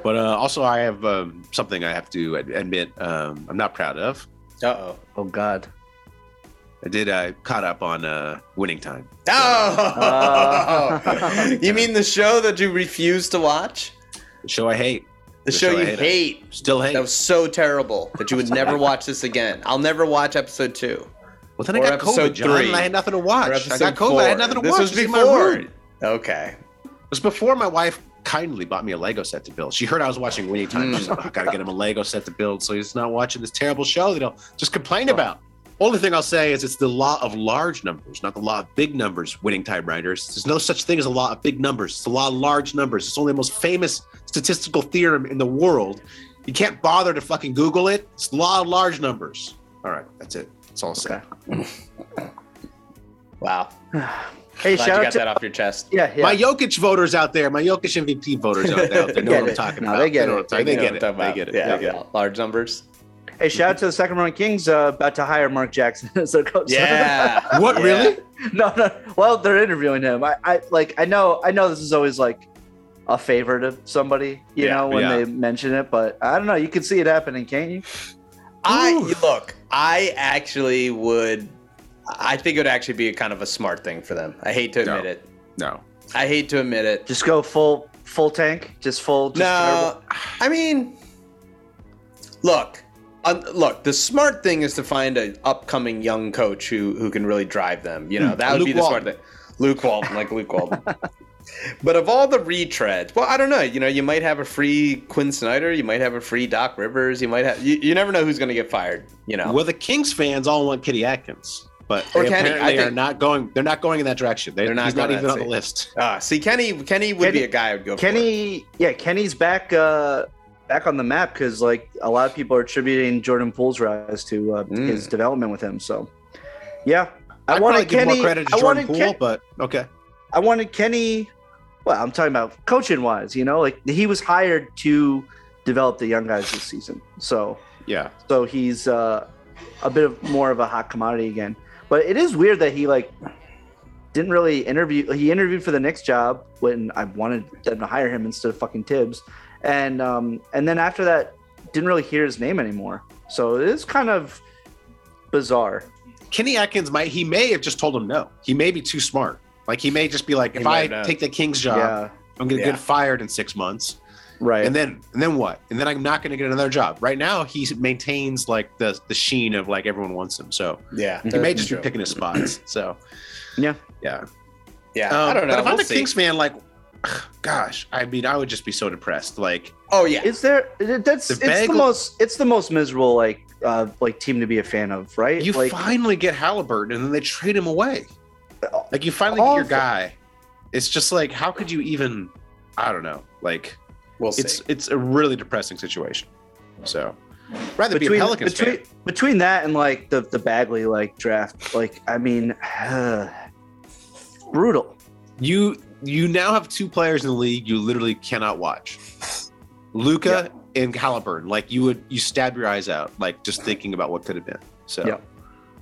but uh, also I have um, something I have to ad- admit. Um, I'm not proud of.
Uh oh.
Oh God.
I did. I caught up on uh, winning time.
Oh,
Uh.
<laughs> you mean the show that you refused to watch?
The show I hate.
The, show,
I
you
hate. I
hate.
Still hate.
That was so terrible that
<laughs>
you would never watch this again. I'll never watch episode two
Well, then I
Or
got COVID,
episode
John, and
three.
I had nothing to
or
watch. I
episode
got COVID. I had nothing to
this
watch.
was
It in my
before.
room. It
Okay.
was before my wife kindly bought me a Lego set to build. She heard I was watching Winnie Hmm. Time. She's like, "Oh, I gotta get him a Lego set to build, so he's not watching this terrible show that he'll just complain about. Only thing I'll say is it's the law of large numbers, not the law of big numbers, winning typewriters. There's no such thing as a law of big numbers. It's the law of large numbers. It's only the most famous statistical theorem in the world. You can't bother to fucking Google it. It's the law of large numbers. All right, that's it. That's all I'll say.
Okay.
Wow.
Hey,
Glad
shout
you
out
got
to
that off your chest.
yeah, yeah.
My Jokic voters out there, my Jokic MVP voters
<laughs>
out there, they
Get
know what I'm
it.
talking
No,
about.
they get
know
it.
what I'm talking-
They
They
know
get it. They get it.
Yeah,
They get it.
large numbers.
hey, shout out to the Sacramento Kings uh, about to hire Mark Jackson <laughs> as their coach.
Yeah.
What
Yeah.
really?
no, no. Well, they're interviewing him. I, I like. I know. I know this is always like a favor to somebody, you
Yeah,
know, when
yeah.
they mention it. But I don't know. You can see it happening, can't you?
I look. I actually would. I think it would actually be a kind of a smart thing for them. I hate to
No.
admit it.
No.
I hate to admit it.
Just go full, full tank. Just full. Just turbo.
no, I mean, look, un- look. The smart thing is to find an upcoming young coach who who can really drive them. You know, that would
Hmm. Luke
be the smart
Walton.
thing. Luke Walton, like
<laughs>
Luke Walton. but of all the retreads, well, I don't know. You know, you might have a free Quinn Snyder, you might have a free Doc Rivers, you might have. You, you never know who's going to get fired. You know,
Well, the Kings fans all want Kenny Atkins, but
Or
they
Kenny,
apparently
I
are
think-
not going. They're not going in that direction. They,
They're
are
not
not he's not
going
even
that
on the
way.
list.
uh, see, Kenny, Kenny would
Kenny-
be a guy I'd go for.
Kenny, yeah, Kenny's back uh back on the map because like a lot of people are attributing Jordan Poole's rise to uh,
Mm.
his development with him. So yeah, I
I'd
wanted
probably give
Kenny.
more credit to
I
Jordan
wanted
Poole,
Ken-
but okay.
I wanted Kenny. Well, I'm talking about coaching wise, you know, like he was hired to develop the young guys this season. So
Yeah.
so he's uh, a bit of more of a hot commodity again. But it is weird that he like didn't really interview. He interviewed for the next job when I wanted them to hire him instead of fucking Tibbs, and um, and then after that, didn't really hear his name anymore. So it is kind of bizarre.
Kenny Atkins might. He may have just told him no. He may be too smart. Like he may just be like,
He
if
might
I
not.
take the Kings job,
Yeah,
I'm gonna
Yeah.
get fired in six months,
right.
and then and then what? And then I'm not gonna get another job. Right now, he maintains like the the sheen of like everyone wants him. So
yeah,
he may
that's
just
true.
be picking his spots. So
Yeah.
yeah.
Yeah,
Um,
I don't know.
But if
we'll
I'm the
see.
Kings fan, like, <sighs> gosh, I mean, I would just be so depressed. Like,
oh yeah,
is there? That's
The
it's the
bagel-
most. It's the most miserable like uh, like team to be a fan of, right?
you
like
finally get Halliburton, and then they trade him away. Like, you finally get your
Awful.
guy. It's just like, how could you even? I don't know. Like,
we'll see.
it's it's a really depressing situation. So, rather be a
between
Pelicans
between,
fan.
between that and like the the Bagley like draft, like I mean, <sighs> brutal.
You you now have two players in the league you literally cannot watch. Luca and Halliburton. Like, you would you stab your eyes out, like just thinking about what could have been. So.
Yeah.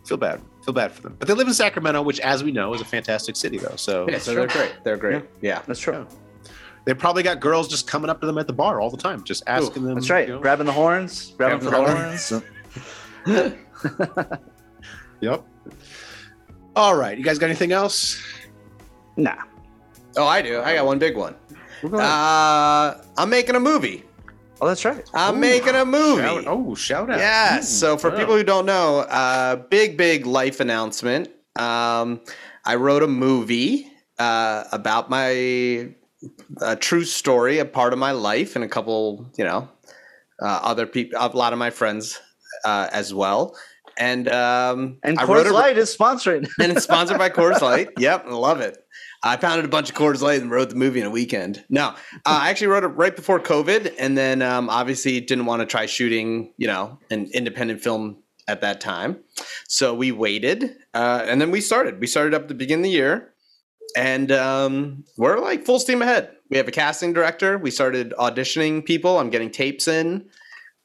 Feel bad. Feel bad for them. But they live in Sacramento, which, as we know, is a fantastic city, though. So
Yeah, so they're great. They're great. Yeah.
That's true.
They probably got girls just coming up to them at the bar all the time, just asking them.
That's right.
you know-
Grabbing the horns, grabbing for the
Grabbing the
horns.
Yep. All right. You guys got anything else?
Nah. Ah.
Oh, I do. I got one big one.
We're going.
Uh, I'm making a movie.
Oh, that's right.
I'm
Ooh.
making a movie.
Shout, oh, shout out.
Yeah.
Mm,
So for
wow.
people who don't know, uh, big big life announcement. Um, I wrote a movie uh, about my a true story, a part of my life, and a couple, you know, uh, other people, a lot of my friends uh, as well. And um,
And
I wrote
Coors
a-
Light is sponsoring. <laughs>
<laughs> and it's sponsored by Coors Light. Yep, I love it. I pounded a bunch of Coors Light and wrote the movie in a weekend. No, uh, I actually wrote it right before COVID, and then um, obviously didn't want to try shooting, you know, an independent film at that time. So we waited, uh, and then we started. We started up at the beginning of the year, and um, we're like full steam ahead. We have a casting director. We started auditioning people. I'm getting tapes in,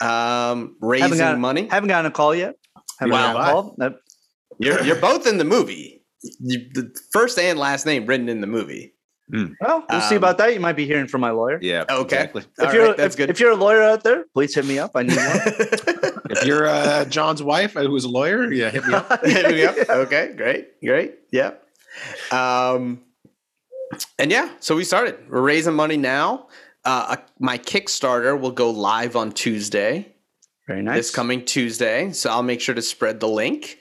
um, raising
gotten-
money.
Haven't gotten a call yet. Haven't
Wow.
gotten a call. Nope.
You're, you're both in the movie. You, the first and last name written in the movie. <laughs>
Well, we'll see
Um,
about that. You might be hearing from my lawyer.
Yeah.
Okay.
Exactly.
All
if you're
right, that's
if,
good.
if you're a lawyer out there, please hit me up. I need one.
If you're uh, John's wife, uh, who's a lawyer, yeah, hit me up.
<laughs> Yep. Okay, great, great. Yep. Um, and yeah, so we started. We're raising money now. Uh, my Kickstarter will go live on Tuesday.
Very nice.
this coming Tuesday. So I'll make sure to spread the link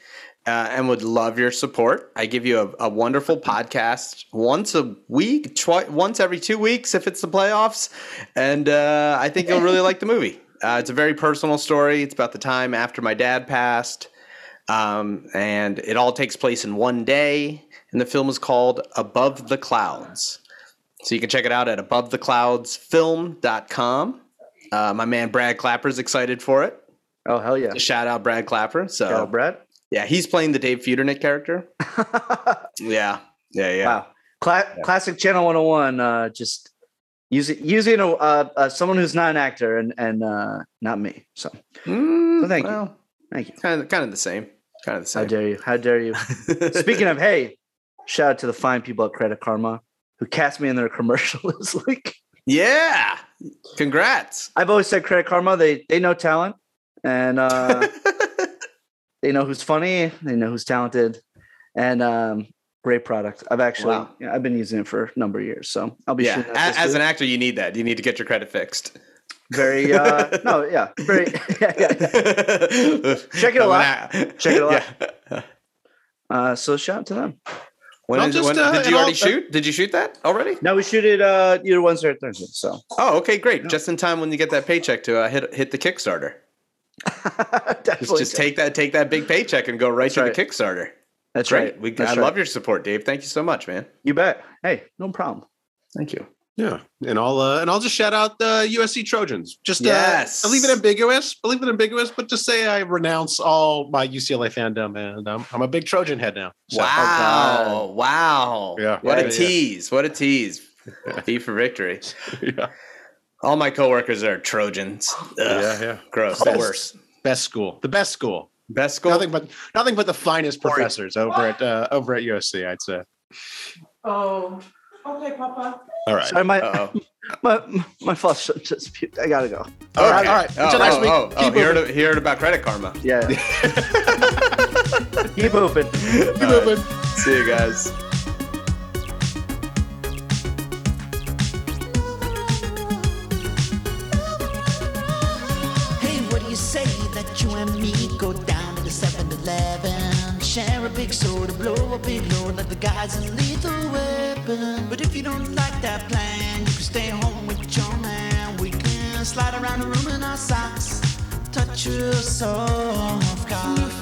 uh, and would love your support. I give you a, a
<laughs>
wonderful podcast once a week, twi- once every two weeks if it's the playoffs. And uh, I think
<laughs>
you'll really like the movie. Uh, it's a very personal story. It's about the time after my dad passed. Um, and it all takes place in one day. And the film is called Above the Clouds. So you can check it out at abovethecloudsfilm.com. Uh, my man Brad Clapper's excited for it.
Oh hell yeah!
A shout out Brad Clapper. So
Shout out, Brad.
yeah, he's playing the Dave Feudernick <laughs> character. Yeah, yeah, yeah.
Wow. Cla- Classic Channel 101, uh, just using using a, uh, uh, someone who's not an actor and and uh, not me. So
Mm,
So thank you.
well,
thank you.
Kind of, kind of the same. Kind of the
How
same.
dare you? How dare
<laughs>
you? Speaking of, hey, shout out to the fine people at Credit Karma who cast me in their <laughs> commercial this week.
yeah, congrats.
I've always said Credit Karma, they they know talent and
<laughs>
uh, they know who's funny, they know who's talented, and um, great product. I've actually
Wow.
yeah, I've been using it for a number of years, so I'll be
yeah,
shooting that
as,
this
as
week.
an actor, you need that. You need to get your credit fixed.
very
<laughs>
uh, no yeah very <laughs> yeah, yeah, yeah.
Check
it a lot. Check it a lot.
Yeah.
Uh, so shout out to them.
When
Not
is-
just,
when-
uh,
did
and
you already
all-
shoot? Did you shoot that already?
No, we shoot it uh, either Wednesday or Thursday. So
Oh, okay, great. Just in time when you get that paycheck to uh, hit hit the Kickstarter. Just,
<laughs> definitely
just take that take that big paycheck and go right
That's
to
right.
the Kickstarter.
That's
Great.
right.
We,
That's
I
right.
love your support, Dave. Thank you so much, man.
You bet. Hey, no problem.
Thank you.
Yeah, and I'll uh, and I'll just shout out the USC Trojans. Just
Yes.
uh, I'll leave it ambiguous. I'll leave it ambiguous, but just say I renounce all my UCLA fandom, and I'm, I'm a big Trojan head now. So-
wow. wow.
Yeah.
What
Oh, Yeah,
a
yeah.
tease. What
<laughs>
a tease. V for victory.
<laughs> yeah,
All my coworkers are Trojans. Ugh,
yeah, yeah.
Gross. The worst.
Best school, the best school.
Best school.
Nothing but nothing but the finest professors over at uh, over at USC. I'd say. Oh, okay, Papa. All right.
Sorry, my,
Uh-oh.
<laughs> my my flush <laughs> just puked. I gotta go.
All right,
Okay.
all right.
Oh,
Until next
oh,
week.
oh,
Keep
oh, he, heard,
moving.
he heard about credit karma.
Yeah. <laughs> Keep open.
Keep moving.
See you guys.
Hey, what do you say that you and me go down to the 7 Eleven? Share a big soda, blow a big load, let the guys in lethal weapon. But if you don't like that plan, you can stay home with your man. We can slide around the room in our socks, touch your soft cock.